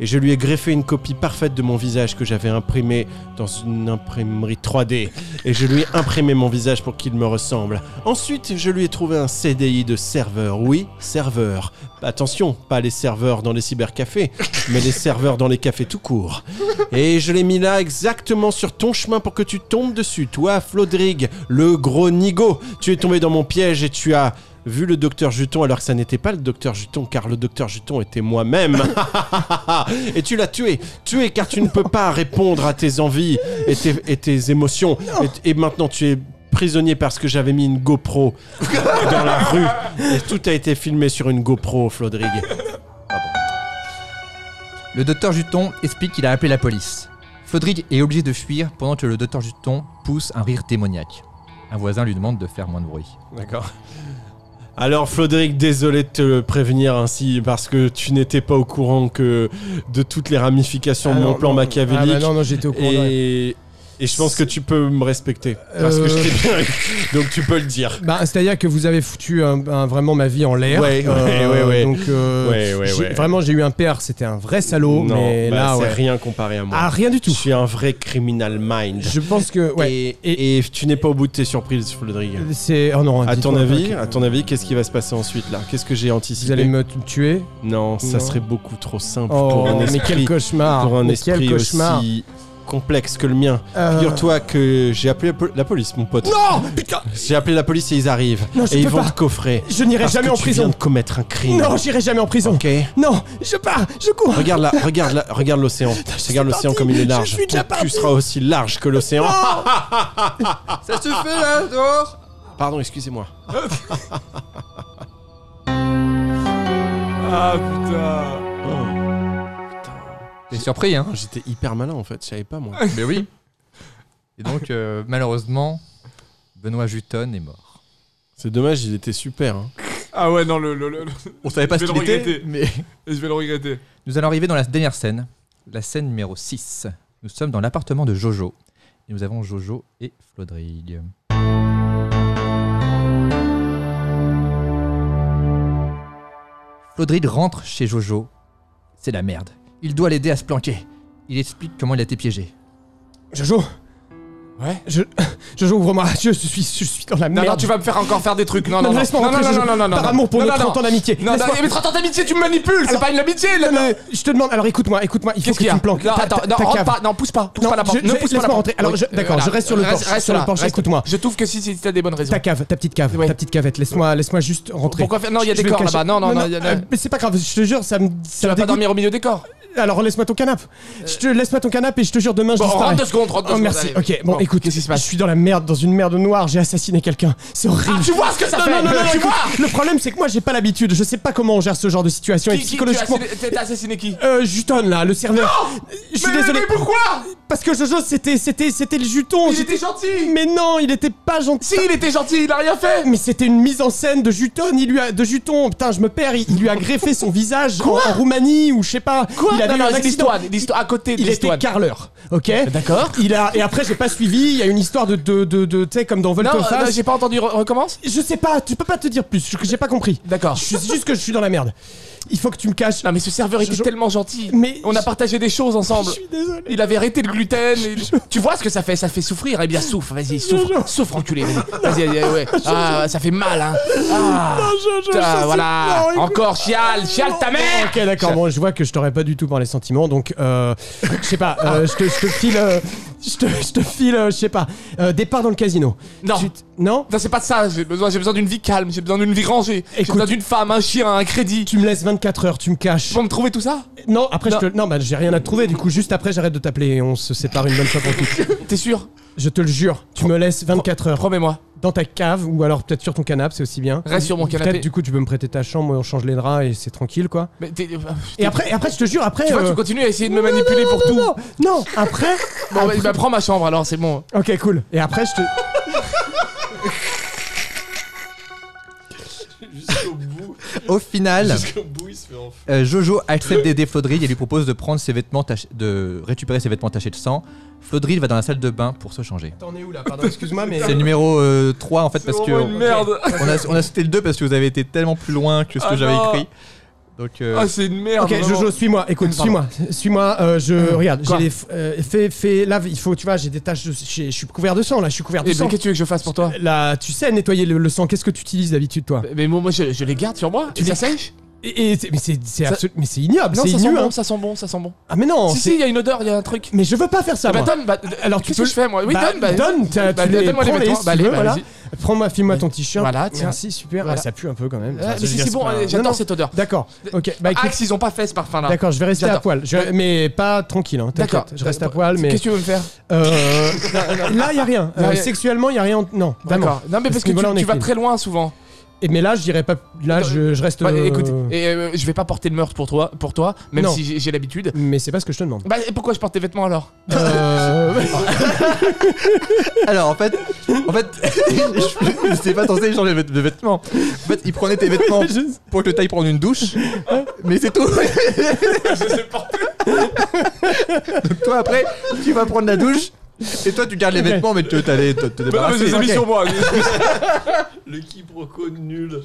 Et je lui ai greffé une copie parfaite de mon visage que j'avais imprimé dans une imprimerie 3D. Et je lui ai imprimé mon visage pour qu'il me ressemble. Ensuite, je lui ai trouvé un CDI de serveur. Oui, serveur. Attention, pas les serveurs dans les cybercafés, mais les serveurs dans les cafés tout court. Et je l'ai mis là exactement sur ton chemin pour que tu tombes dessus. Toi, Flodrig, le gros nigo, tu es tombé dans mon piège et tu as vu le docteur Juton alors que ça n'était pas le docteur Juton car le docteur Juton était moi-même. [laughs] et tu l'as tué. Tué car tu ne peux pas répondre à tes envies et tes, et tes émotions. Et, et maintenant tu es prisonnier parce que j'avais mis une GoPro dans la rue. Et tout a été filmé sur une GoPro, Flodrig. Le docteur Juton explique qu'il a appelé la police. Flodrig est obligé de fuir pendant que le docteur Juton pousse un rire démoniaque. Un voisin lui demande de faire moins de bruit. D'accord. Alors Flodric, désolé de te prévenir ainsi parce que tu n'étais pas au courant que de toutes les ramifications Ah de mon non, plan non. machiavélique. Ah bah non, non, j'étais au courant. de rien. et... et je pense que tu peux me respecter parce que je Euh. t'ai bien eu. donc tu peux le dire. Bah, c'est-à-dire que vous avez foutu un- un- vraiment ma vie en l'air. Ouais, ouais, ouais, ouais. Donc, euh, Ouais, ouais, j'ai- ouais. vraiment, j'ai eu un père, c'était un vrai salaud, non, mais bah, là, c'est ouais. rien comparé à moi. Ah, rien du je tout. suis un vrai criminal mind. Je pense que, ouais. Et, et tu n'es pas au bout de tes surprises, Flodrig. C'est. Oh non, À ton dites-moi, avis, ok. à ton avis, qu'est-ce qui va se passer ensuite là Qu'est-ce que j'ai anticipé Vous allez me t- tuer Non, ça Non. serait beaucoup trop simple Oh, pour un mais quel esprit cauchemar pour un mais esprit quel cauchemar aussi complexe que le mien. Euh, Figure-toi que j'ai appelé la, pol- la police, mon pote. Non Putain J'ai appelé la police et ils arrivent. Non, je et ils peux vont pas. te coffrer. Je n'irai Parce jamais que en tu viens prison de commettre un crime. Non, j'irai jamais en prison Ok. Non, je pars Je cours Regarde là, regarde là, regarde l'océan. je Regarde suis l'océan parti, comme il est je large. suis déjà Ton cul sera aussi large que l'océan. Ça se fait là, dehors Pardon, excusez-moi. Ah putain. Oh. T'es surpris, hein J'étais hyper malin en fait, je savais pas moi. Mais oui. Et donc, euh, malheureusement, Benoît Juton est mort. C'est dommage, il était super. hein. Ah ouais, non, le. le, le- le- On savait pas Je ce vais qu'il le était, regretter. mais... Je vais le regretter. [laughs] Nous allons arriver dans la dernière scène, la scène numéro 6. Nous sommes dans l'appartement de Jojo. Et nous avons Jojo et Flodrig. Flodrig rentre chez Jojo. C'est la merde. Il doit l'aider à se planquer. Il explique comment il a été piégé. Jojo Ouais Je... Jojo, ouvre-moi Je suis, je suis dans la Non, merde non, tu vas me faire encore faire des trucs. Non, non, non. laisse-moi Non, rentrer, non, Jojo. non, non, non, non, Par non. amour pour Non, notre non, 30 ans d'amitié Non, non, Laisse-moi- mais 30 ans d'amitié, tu me manipules, c'est Alors- pas une amitié, là, mais- Je te demande, alors écoute-moi, écoute-moi, il faut que Qu'est-ce tu qu'il y a me planques. Non, Ta- attends, ta- non, ta rentre cave. pas, non, pousse pas, pousse Non, pas la porte. je- ne je- pousse pas la laisse-moi porte. rentrer. Alors, Oui, je- euh, d'accord, voilà. je reste sur le porche, Reste sur le là, porche, reste- écoute-moi. Je trouve que si, si, t'as des bonnes raisons. Ta cave, ta petite cave, Ouais. ta petite cavette, laisse-moi laisse-moi juste rentrer. Pourquoi faire- non, il y a Je des vais corps le cacher. là-bas. Non, non, non, il y en a- euh, Mais c'est pas grave, je te jure, ça me ça Tu me vas pas dégoûte. dormir au milieu des corps. Alors laisse-moi ton canapé. Je te laisse-moi ton canapé et je te jure demain je Bon, disparais. rentre deux secondes, rentre deux Oh secondes. merci. allez. Ok, bon, écoute, qu'est-ce qui se je passe suis dans la merde, dans une merde noire. J'ai assassiné quelqu'un. C'est horrible. Ah, tu vois ce que ça non, fait non, non, non, [laughs] Tu écoute, vois Le problème, c'est que moi, j'ai pas l'habitude. Je sais pas comment on gère ce genre de situation et Qui- qui- tu as psychologiquement. assassiné- T'as t'as assassiné qui Euh, Juton là, le serveur. je suis Mais- désolé. Mais pourquoi Parce que Jojo, c'était, c'était, c'était le Juton. Il C'était- était gentil Mais non, il était pas gentil. Si, il était gentil, il a rien fait Mais c'était une mise en scène de Juton, il lui a, de Juton, putain, je me perds, il, il lui a greffé son visage en, en Roumanie ou je sais pas. il Non, avait eu non, un c'est accident. l'histoire, l'histoire à côté de Il était l'histoire. carleur, ok D'accord. Il a et après j'ai pas suivi. Il y a une histoire de de de, de- tu sais comme dans Non, euh, non, Volteface. j'ai pas entendu, re- recommence je sais pas, tu peux pas te dire plus. je- J'ai pas compris. D'accord. Je suis juste que je suis dans la merde. Il faut que tu me caches. Non mais ce serveur était Je- tellement gentil. Mais On a partagé des choses ensemble. Je suis désolé. Il avait arrêté le gluten. il- Tu vois ce que ça fait Ça fait souffrir. Eh bien, souffre, vas-y, souffre, souffre, enculé. Vas-y, vas-y, vas-y, ouais. Ah, ça fait mal, hein. Ah, je- je- putain, je- voilà. non, écoute. Encore chiale, chiale ta mère. Ok, d'accord. Bon, je vois que je t'aurais pas du tout parlé sentiments, donc euh, je sais pas. Ah. euh, je te je te file, euh, je te je te file, euh, je sais pas. euh, départ dans le casino. Non. Tu t- non. Non, c'est pas de ça. J'ai besoin, j'ai besoin d'une vie calme. J'ai besoin d'une vie rangée. J'ai Écoute. besoin d'une femme, un chien, un crédit. Tu me laisses 24 heures, tu me caches. Tu vas me trouver tout ça Non, après Non. je te. Non, bah j'ai rien à te trouver. Du coup, juste après, j'arrête de t'appeler et on se sépare une bonne fois pour toutes. T'es sûr Je te le jure. Tu me laisses 24 heures Promets-moi. dans ta cave ou alors peut-être sur ton canapé, c'est aussi bien. Reste sur mon canapé. Peut-être du coup, tu peux me prêter ta chambre, on change les draps et c'est tranquille quoi. Mais t'es- Et après, et après, je te jure, après. Tu vois, euh, [laughs] tu continues à essayer de me manipuler pour tout. non, non, après. Bon, bah, bah, prends ma chambre alors, c'est bon. Ok, cool. Et après, je te. [laughs] Jusqu'au bout, Au final, jusqu'au bout, il se fait enfuir. euh, Jojo accepte d'aider Flodrig et lui propose de prendre ses vêtements tach- de récupérer ses vêtements tachés de sang. Flodrig va dans la salle de bain pour se changer. T'en es où là Pardon, excuse-moi, [laughs] mais. C'est le numéro 3 en fait parce que une merde. on a, on a sauté le 2 parce que vous avez été tellement plus loin que ce que Ah j'avais non. écrit. Donc euh, Ah, c'est une merde. Ok, vraiment. Jojo, suis-moi. Écoute, Pardon. suis-moi. Suis-moi. euh, je regarde. J'ai Quoi les f- euh, fais, fais- Là, il faut. Tu vois, j'ai des taches. de- j'ai- Je suis couvert de sang là. Je suis couvert de Et sang. ben, qu'est-ce que tu veux que je fasse pour toi Bah, Là, tu sais nettoyer le, le sang. Qu'est-ce que tu utilises d'habitude, toi Mais moi, moi, je, je les garde sur moi. Tu les sèches Et, et c'est- mais c'est, c'est Ça- absolu- mais c'est ignoble. Non, c'est ça sent ignu. bon, hein. ça sent bon, ça sent bon. Ah mais non. si, c'est- si, il y a une odeur, il y a un truc. Mais je veux pas faire ça. Eh bah, moi. donne, bah, alors tu qu'est-ce peux- que je fais moi Oui, Bah, donne, bah, donne, t'as- bah, tu les donne-moi les prends, les, vêtements. si Bah, tu allez, veux, bah, voilà. allez-y. Prends-moi, file-moi ton t-shirt. Voilà, tiens. Merci, super. Voilà. Ah, ça pue un peu quand même. Ah, Ça, mais je si, veux dire, c'est bon, pas- allez, Non, non. j'adore cette odeur. D'accord. Ok. Bah, écoute, Axe, ils ont pas fait ce parfum là. D'accord, je vais rester à J'adore. poil. Je- Mais pas tranquille, hein, t'inquiète. D'accord. Je reste à poil, mais. Qu'est-ce que tu veux me faire [laughs] Euh, là, il n'y a rien. Y a Euh, rien. sexuellement, il n'y a rien. Non, vraiment. D'accord. Non, mais À parce ce que niveau-là, on tu, est tu vas clean. très loin souvent. Et, mais là, je dirais pas. Là, je, je reste. Bah, écoute, euh, et euh, je vais pas porter de meurtre pour toi, pour toi même Non. si j'ai- j'ai l'habitude. Mais c'est pas ce que je te [laughs] demande. Bah, et pourquoi je porte tes [laughs] vêtements alors Euh, alors en fait, en fait, [laughs] je je sais pas censé échanger de vêt- de vêtements. En fait, il prenait tes [laughs] vêtements pour que le taille prenne une douche, mais c'est tout. Donc toi après, tu vas prendre la douche. Et toi, tu gardes les vêtements, mais tu t'as Bah, les- t'as- t'es débarrassé. les ai mis sur moi. [laughs] Le quiproquo nul.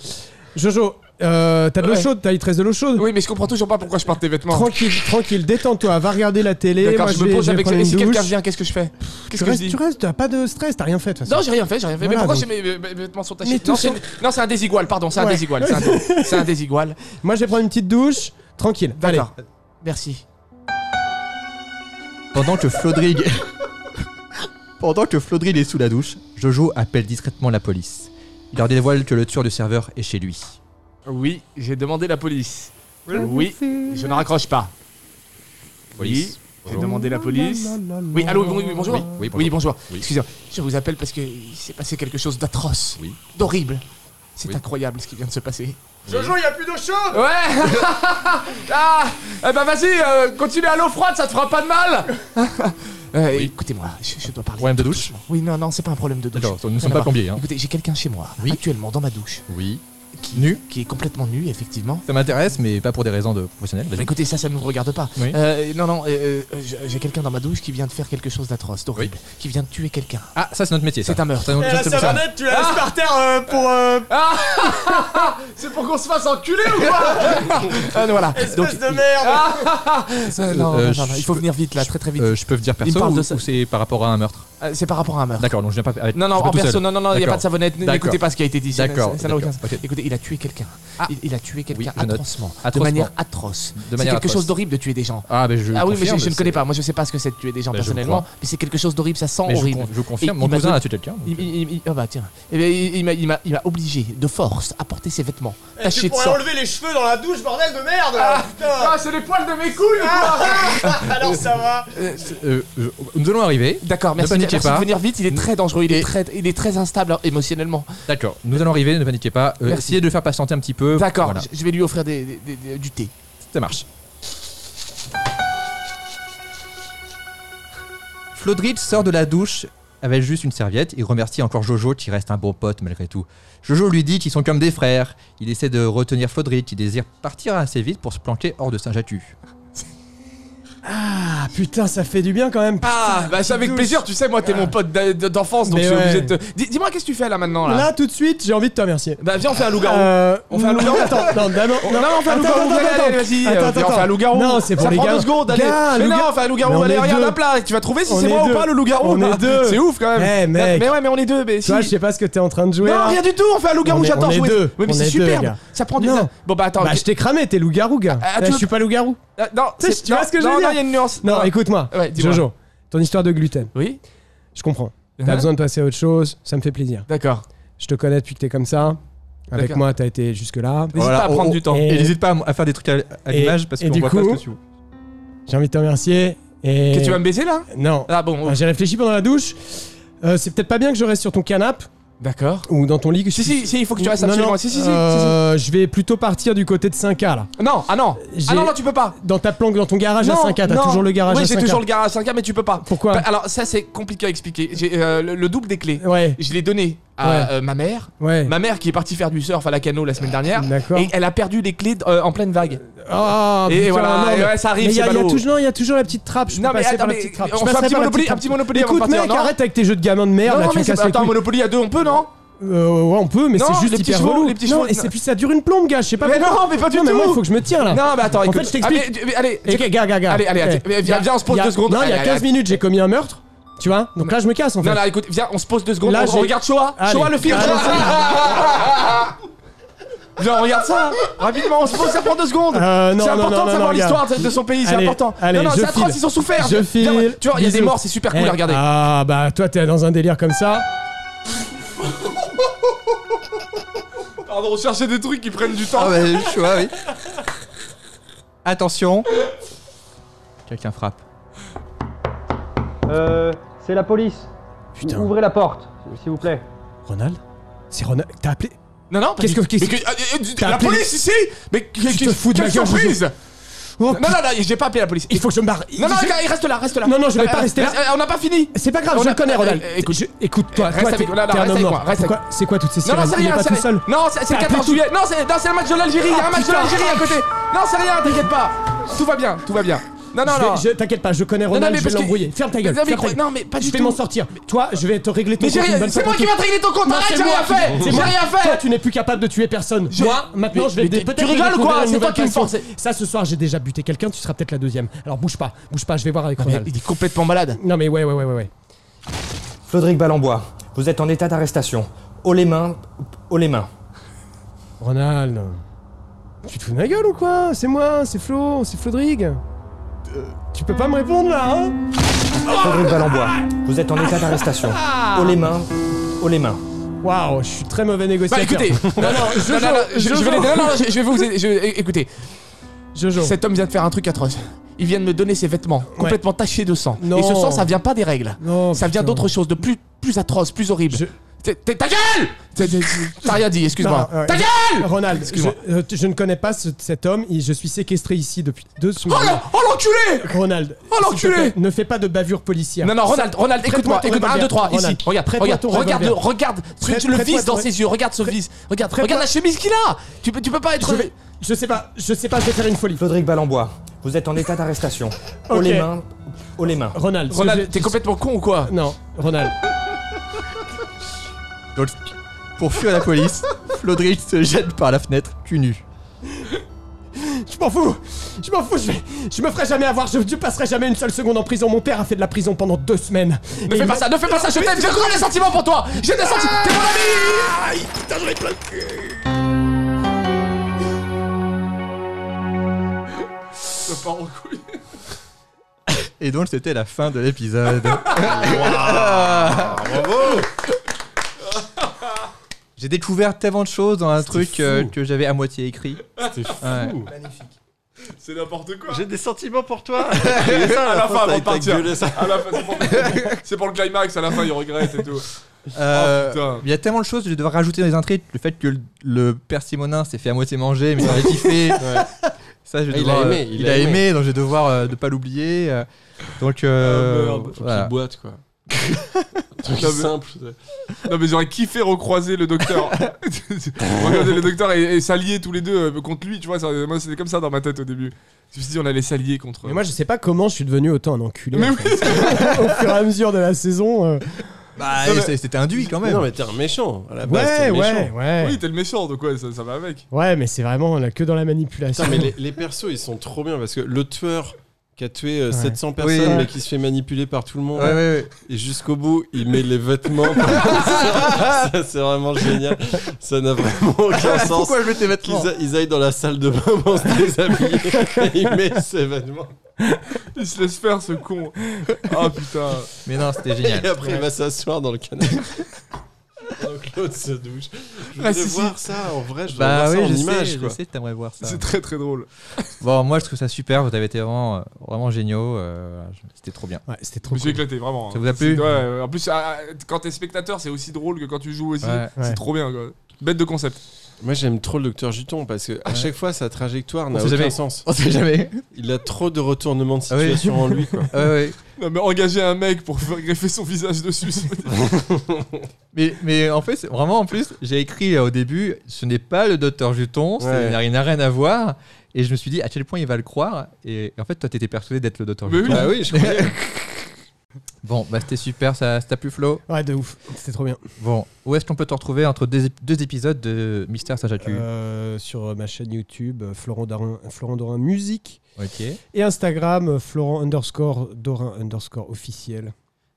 Jojo, euh, t'as de l'eau Ouais. chaude, t'as il te reste de l'eau chaude. Oui, mais je comprends toujours pas pourquoi je porte tes vêtements. Tranquille, tranquille, détends-toi, va regarder la télé. D'accord, moi, je me vais- pose vais avec prendre Et une si quelqu'un douche. vient, qu'est-ce que je fais Tu Qu'est-ce que je restes, dis tu restes, t'as pas de stress, t'as rien fait de toute façon. Non, j'ai rien fait, j'ai rien fait. Voilà, mais pourquoi donc- j'ai mes, mes- mes vêtements sont tachés Mais tout Non, c'est non, c'est un désigual, pardon, c'est un Ouais. désigual. [laughs] c'est un- C'est un désigual. Moi, je vais prendre une petite douche, tranquille. Allez. D'accord. Merci. Pendant que Flodrig. Pendant que Flodrig est sous la douche, Jojo appelle discrètement la police. Il leur dévoile que le tueur du serveur est chez lui. Oui, j'ai demandé la police. Oui, je ne raccroche pas. Oui, j'ai demandé la police. Oui, allô, oui, oui, bonjour. Oui, oui, bonjour. Oui, bonjour. Oui. Excusez-moi, je vous appelle parce qu'il s'est passé quelque chose d'atroce, Oui. d'horrible. C'est Oui. incroyable ce qui vient de se passer. Jojo, il a plus d'eau chaude Ouais [laughs] Ah Eh ben vas-y, euh, continue à l'eau froide, ça te fera pas de mal [laughs] Euh, Écoutez-moi, je, je dois parler. Problème de tout douche doucement. Oui, non, non, c'est pas un problème de douche. D'accord, nous ne Rien sommes à pas voir. plombiers, hein. Écoutez, j'ai quelqu'un chez moi, Oui. actuellement dans ma douche, Oui. qui, Nu qui est complètement nu, effectivement. Ça m'intéresse, mais pas pour des raisons de professionnelles. Bah, vas-y. écoutez, ça, ça ne nous regarde pas. Oui. Euh, non, non, euh, euh, j- j'ai quelqu'un dans ma douche qui vient de faire quelque chose d'atroce, d'horrible, qui vient de tuer quelqu'un. Ah, ça c'est notre métier. ça. Euh, C'est un meurtre. Ça, nous- nous sommes ça. tu la laisses par terre euh, pour. euh, C'est pour qu'on se fasse enculer ou [laughs] quoi Ah, non, voilà. Donc, Ah, espèce de [laughs] merde ça, non, Euh, non, je- non, non, il faut venir vite, là, très très vite. Euh, je peux venir Il me perso parle ou, de ça. ou c'est par rapport à un meurtre Euh, C'est par rapport à un meurtre. D'accord, donc je viens pas avec- Non, non, je peux en tout perso, seul. non, non, non, il n'y a D'accord. pas de savonnette, n- D'accord. n'écoutez pas ce qui a été dit. c'est- D'accord, ça- Ça n'a aucun d'accord, sens. ok. Écoutez, il a tué quelqu'un. Il, il a tué quelqu'un je note. atrocement, de Atrocement. manière atroce. De C'est manière quelque chose atroce. d'horrible de tuer des gens. Ah, mais je. ah oui, mais confirme, je, je ne c'est- connais pas. Moi, je sais pas ce que c'est de tuer des gens Bah, je vous personnellement, crois. mais c'est quelque chose d'horrible, ça sent Mais je horrible. con- Je confirme, Il- mon il m'a cousin donné- a tué quelqu'un. donc, Il, il- il- ah bah tiens, Eh ben, il, il m'a- il m'a- il m'a obligé de force à porter ses vêtements Eh, Tu tachés de pourrais sang. enlever les cheveux dans la douche, bordel de merde Ah. là, c'est les poils de mes couilles putain. Alors ça va euh, euh, Nous allons arriver. D'accord, merci, paniquez merci pas. de venir vite, il est très dangereux, il est Et- très, il est très instable hein, émotionnellement. D'accord, nous allons arriver, ne paniquez pas. Euh, Merci. Essayez de le faire patienter un petit peu. D'accord, Voilà, je- je vais lui offrir des- des- des- des- du thé. ça marche. Flodrid sort de la douche avec juste une serviette. Il remercie encore Jojo qui reste un bon pote malgré tout. Jojo lui dit qu'ils sont comme des frères. Il essaie de retenir Flodrid qui désire partir assez vite pour se planquer hors de Saint-Jatu. Ah, Ah putain, ça fait du bien quand même. Ah, bah c'est avec douce. plaisir, tu sais, moi t'es Ah. mon pote d'a- d'enfance, donc Mais je suis ouais. obligé de te. Dis- Dis-moi, qu'est-ce que tu fais là maintenant là, Là, tout de suite, j'ai envie de te remercier. Bah viens, on fait un loup-garou. Euh, On fait un non, loup-garou. attends, non, d'abord- Non, non, on fait un attends, loup-garou, attends, allez, attends, allez, vas-y, attends, euh, viens, on fait attends. un loup-garou. Non, c'est pour Ça les prend gars. deux secondes, allez. Gars, Mais non, loup-garou. on fait un Mais loup-garou, on allez, est regarde, deux. hop là, tu vas trouver si On c'est est moi ou deux. pas le loup-garou. On est deux. C'est ouf quand même. Eh, mec. Mais ouais, mais on est deux, mais si. Toi, je sais pas ce que t'es en train de jouer. hein. Non, là. rien du tout, on fait un On loup-garou, est- j'adore on est jouer. deux. Oui, On mais c'est est deux, superbe. gars. Ça prend du Non. temps. Bon, bah attends. Bah, je t'ai cramé, t'es loup-garou, gars. Ah, Eh, tu je veux- suis pas loup-garou. Ah, Non, Tu sais, c'est- tu vois ce que je non, veux dire Non, il y a une nuance. Non, écoute-moi. Ouais, dis-moi. Jojo, ton histoire de gluten, Oui je comprends. T'as besoin de passer à autre chose, ça me fait plaisir. D'accord. Je te connais depuis que t'es comme ça. Avec D'accord. moi, t'as été jusque-là. N'hésite Voilà, pas à on- prendre on- du temps. Et et- n'hésite pas à, à faire des trucs à, à et- l'image parce et qu'on du voit pas coup- ce que tu vois. J'ai envie de te remercier. Et... Que tu vas me baiser là Non. Ah bon, Enfin, J'ai réfléchi pendant la douche. Euh, c'est peut-être pas bien que je reste sur ton canapé d'accord. ou dans ton lit. Que je Si, puisse- si, si, il faut que tu restes Non, absolument. non. Si, si, si, si, si. Euh, Je vais plutôt partir du côté de 5K là. Non, ah non. Ah J'ai- non, non, tu peux pas. Dans ta planque, dans ton garage à Non, 5K. T'as non. toujours le garage Oui, à 5K. j'ai toujours le garage à 5K, mais tu peux pas. Pourquoi Bah, Alors, ça, c'est compliqué à expliquer. J'ai, euh, le, le double des clés, Ouais, je l'ai donné à Ouais. euh, ma mère. ouais. Ma mère qui est partie faire du surf à la cano la semaine dernière. D'accord. Et elle a perdu les clés euh, en pleine vague. Ah, et putain, voilà, non, et mais- ouais, ça arrive, mais il y c'est a- il y a ballot. toujours- non, il y a toujours la petite trappe. Je peux Non, mais passer attends, par la mais petite trappe. Je on fait un passerai petit par la Monopoly, petite un trappe. petit Monopoly avant de Écoute, partir, mec, non arrête avec tes jeux de gamin de merde. non, là, non, tu mais me c'est casses pas. les Attends, couilles. Monopoly à deux, on peut, non Euh, ouais, on peut, mais Non, c'est juste les petits hyper chevaux, relou. les petits non, chevaux, et non. c'est puis ça dure une plombe, gars. Je sais pas. Mais pourquoi. non, mais pas du mais moi, il tout. faut que je me tire là. Non, mais Ah. attends, En écoute. fait, je t'explique. Ah, mais, mais, allez, Et gars, gars, gars. Allez, allez, Eh, attends, viens, viens, viens, on se pose il y a- deux secondes. Non, il y a Allez, 15 allez, minutes, j'ai commis un meurtre. Tu vois Donc là, je me casse en fait. Non, là, écoute, viens, on se pose deux secondes. Là, on- on j'ai- regarde Shoah. Allez. Shoah, le film. Allez, [laughs] Viens, on regarde ça. Rapidement, on se pose, ça prend deux secondes. Euh, non, c'est non, non, important de non, savoir non, l'histoire regarde. de de son pays, c'est Allez, important. allez, non, non, je c'est atroce, file. ils ont souffert. Je Viens, file. Tu vois, il y a des Bisous. morts, c'est super cool Eh, à regarder. Ah bah toi t'es dans un délire comme ça. Pardon, on cherchait des trucs qui prennent du temps. Ah bah, je vois, oui. Attention. Quelqu'un frappe. Euh, c'est la police. Putain. Ouvrez la porte, s'il vous plaît. Ronald C'est Ronald T'as appelé Non, non, Qu'est-ce que- qu'est-ce mais que- ah, eh, eh, T'as La appelé- police ici Mais qu'est- te qu'est- fous de ma quelle gueule, Jojo. surprise Oh, Non, non, non, j'ai pas appelé la police. Il faut que je me barre. Non, non, Je- regarde, il reste là, reste là. Non, non, je vais Euh, pas rester là. euh, On n'a pas fini. C'est pas grave, On je a- le connais, euh, Ronald. euh, écoute. Je- écoute, toi, Reste toi, avec t'es moi, non, non, t'es un reste homme avec moi, mort. reste avec Pourquoi- C'est quoi toutes ces Non, sirènes non, c'est Il est rien, pas c'est tout rien. seul. Non, c'est c'est le T'as 14 appelé Ah, juillet. Non, c'est non, c'est le match de l'Algérie. Il y a un match de l'Algérie à côté. Non, c'est rien, t'inquiète pas. Tout va bien, tout va bien. Non, non, Je vais- non. je- T'inquiète pas, je connais non, Ronald, mais je vais parce que- l'embrouiller. Ferme ta gueule. Non, mais ferme ta gros- gueule. non, mais pas du Je vais tout. m'en sortir. Toi, je vais te régler ton Mais j'ai compte une rien. bonne C'est fois moi pour qui toutes. vais te régler ton compte. Non, Arrête, c'est j'ai moi rien qui- fait. c'est J'ai moi- rien Toi, fait. tu n'es plus capable de tuer personne. Je- Moi, maintenant, Mais- je vais mais dé- tu peut-être rigoles découvrir quoi une C'est nouvelle toi qui me passion. force. Ça, ce soir, j'ai déjà buté quelqu'un. Tu seras peut-être la deuxième. Alors bouge pas, bouge pas. Je vais voir avec Ah, Mais Ronald. Il est complètement malade. Non mais ouais, ouais, ouais, ouais, ouais. Flodric Ballambois, vous êtes en état d'arrestation. Haut les mains, haut les mains. Ronald, tu te fous de ma gueule ou quoi C'est moi, c'est Flo, c'est Flodrig. Euh, tu peux pas me répondre là, hein Flodric Ballambois, vous êtes en état d'arrestation. Haut les mains, haut les mains. Waouh, je suis très mauvais Bah négociateur. écoutez, non, non, je- non, non, non, je je Jojo. vais les- non, non, je- je vais vous aider. je- Écoutez, Jojo. cet homme vient de faire un truc atroce. Il vient de me donner ses vêtements, complètement tachés de sang. Non. Et ce sang, ça vient pas des règles. Non, ça vient putain. d'autre chose, de plus, plus atroce, plus horrible. Je- T'es- t'es- Ta gueule T'es- t'es- T'as rien dit, excuse-moi. Non, ouais. Ta gueule Ronald, Excuse-moi. je, euh, je ne connais pas ce- cet homme. il- je suis séquestré ici depuis deux semaines. Oh non Oh l'enculé Ronald, Oh, s'il te l'enculé plaît, ne fais pas de bavure policière. Non, non, Ronald, Ronald, écoute-moi, ton écoute-moi. 1, revolver. 2, 3, ici. Ronald, Regarde, prête-moi regarde, ton regarde, le, revolver. regarde tu- Prête- tu le prête-moi vice ton dans re- ses yeux, regarde ce vice. Regarde, regarde la chemise qu'il a tu peux, tu peux pas être. Je, vais- je sais pas, je sais pas, je vais faire une folie. Flodric Ballambois, vous êtes en état d'arrestation. Haut Ok. les mains, haut les mains. Ronald, ce que Ronald, je- t'es complètement con ou quoi Non, Ronald. Donc, pour fuir la [laughs] police, Flodric se jette par la fenêtre, cul nu. Je m'en fous Je m'en fous, je, vais- je me ferai jamais avoir, je, je passerai jamais une seule seconde en prison. Mon père a fait de la prison pendant deux semaines. Ne Et fais il pas m'a- ça, ne fais pas ça, je t'aime, j'ai encore des sentiments pour toi J'ai des sentiments, Ah t'es mon ami Et donc, c'était la fin de l'épisode. J'ai découvert tellement de choses dans un truc euh, que j'avais à moitié écrit. C'était fou. Ouais. C'est n'importe quoi. J'ai des sentiments pour [laughs] toi. à la fin, avant de t'as partir. gueulé À la fin, c'est pour- c'est pour le climax, à la fin, il regrette et tout. Oh, Oh, Euh, putain. il y a tellement de choses que je devrais rajouter dans les intrigues. Le fait que le, le persimonin s'est fait à moitié manger, mais il [laughs] avait kiffé. Ça, je vais Ah, il devoir, a euh, aimé, il a a aimé. donc je vais devoir euh, ne pas l'oublier. euh. donc, euh, Merde, faut qu'il voilà. boite, quoi. Truc Non, mais- simple. Non mais j'aurais kiffé recroiser [laughs] le docteur. Regardez le docteur et, et s'allier tous les deux euh, contre lui, tu vois. ça- moi c'était comme ça dans ma tête au début. Je me suis dit on allait s'allier contre. Mais moi, je sais pas comment je suis devenu autant un enculé. [laughs] Mais en fait. Au fur et à mesure de la saison. euh, Bah, Non, mais- c'est- c'était induit quand même. Ah, Non, mais t'es un méchant. À la base, Ouais, t'es un Ah bah, ouais, méchant. ouais. Oui, t'es le méchant, donc ouais, ça, ça va avec. Ouais, mais c'est vraiment là, que dans la manipulation. Putain, mais les, les persos, ils sont trop bien parce que le tueur qui a tué euh, Ouais. 700 personnes ouais. mais qui se fait manipuler par tout le monde Ouais, ouais, ouais. et jusqu'au bout il met [laughs] les vêtements ça, ça, c'est vraiment génial ça n'a vraiment aucun sens Pourquoi je mets tes qu'ils vêtements a- ils aillent dans la salle de bain pour se déshabiller et il met ses vêtements Il se laisse faire ce con. Ah putain. Mais non, c'était génial. et après [laughs] il va s'asseoir dans le canapé [laughs] Pendant que l'autre se douche je voudrais Ah, si, si. voir ça en vrai je voudrais Bah voir oui, ça en je image sais, quoi je sais, que t'aimerais voir ça. C'est très très drôle. Bon, moi je trouve ça super, vous avez été vraiment, euh, vraiment géniaux, euh, voilà, je- c'était trop bien. Ouais, c'était Je trop me suis cool. éclaté vraiment. hein. Ça vous a plu C'est- Ouais, en plus ah, ah, quand t'es spectateur, c'est aussi drôle que quand tu joues aussi. Ouais, C'est ouais. trop bien quoi. Bête de concept. moi j'aime trop le docteur Juton parce que à chaque fois sa trajectoire n'a sait aucun jamais. sens On sait jamais. il a trop de retournements de Ah oui. situation en lui [laughs] quoi Ouais, ouais. Non mais engager un mec pour faire greffer son visage dessus. c'est pas- Mais, mais en fait, c'est- vraiment en plus, j'ai écrit euh, au début, ce n'est pas le docteur Juton, c'est- Ouais. il n'a- il n'a rien à voir. Et je me suis dit à quel point il va le croire. Et en fait, toi, t'étais persuadé d'être le docteur Mais Juton. oui. bah oui je crois Bon, bah c'était super, ça ça t'a plu Flo. Ouais, de ouf. C'était trop bien. Bon, où est-ce qu'on peut te retrouver entre deux, ép- deux épisodes de Mystère Saint-Jacques Euh, sur ma chaîne YouTube, euh, Florent Dorin, Florent Dorin Musique. Ok, Et Instagram, euh, Florent underscore Dorin underscore officiel.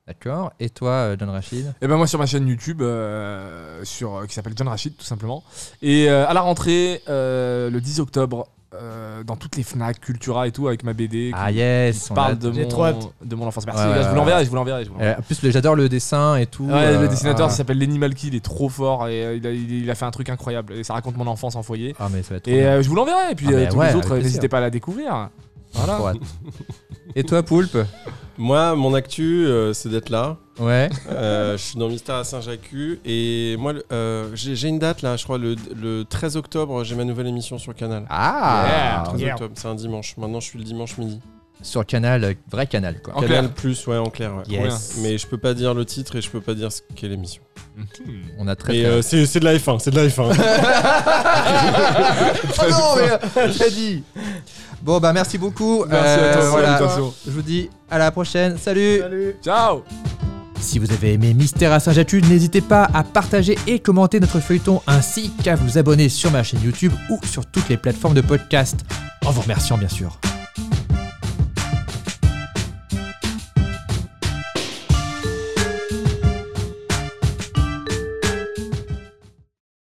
d'accord. Et toi, euh, John Rachid Et ben moi sur ma chaîne YouTube euh, sur, euh, qui s'appelle John Rachid tout simplement. Et euh, à la rentrée euh, le 10 octobre euh, dans toutes les Fnac, Cultura et tout avec ma BD qui Ah yes on a- parle de j'ai trop mon, hâte. de mon enfance. Merci Ouais, les gars, ouais, je vous ouais. l'enverrai, je vous l'enverrai. je vous l'enverrai. Euh, en plus, les- j'adore le dessin et tout. Ouais, euh, le dessinateur ah. il s'appelle Lenny Malky, il est trop fort et euh, il, a, il- il a fait un truc incroyable. Et ça raconte mon enfance en foyer. Ah, mais ça va être trop Et bien. euh, je vous l'enverrai. Et puis Ah, euh, mais tous ouais, les autres, avec n'hésitez plaisir. pas à la découvrir. Voilà. Trop hâte. Et toi, [laughs] Poulpe Moi, mon actu, euh, c'est d'être là. Ouais. Euh, je suis dans Mystère à Saint-Jacques. Et moi, le- euh, j'ai j'ai une date là, je crois, le, le 13 octobre, j'ai ma nouvelle émission sur Canal. Ah 13 Yeah. octobre, c'est un dimanche. Maintenant, je suis le dimanche midi. Sur Canal, euh, vrai Canal, quoi. En Canal Plus, ouais, en clair. ouais. Yes. Mais je peux pas dire le titre et je peux pas dire ce qu'est l'émission. On a très Mais très- [laughs] euh, c'est c'est de la F1, c'est de la F1. Ah non, mais euh, t'as dit Bon, bah merci beaucoup. Merci à Euh, toi. voilà. Attention. Je vous dis à la prochaine. Salut Ciao. Si vous avez aimé Mystère à Saint-Jatude, n'hésitez pas à partager et commenter notre feuilleton ainsi qu'à vous abonner sur ma chaîne YouTube ou sur toutes les plateformes de podcast. En vous remerciant bien sûr.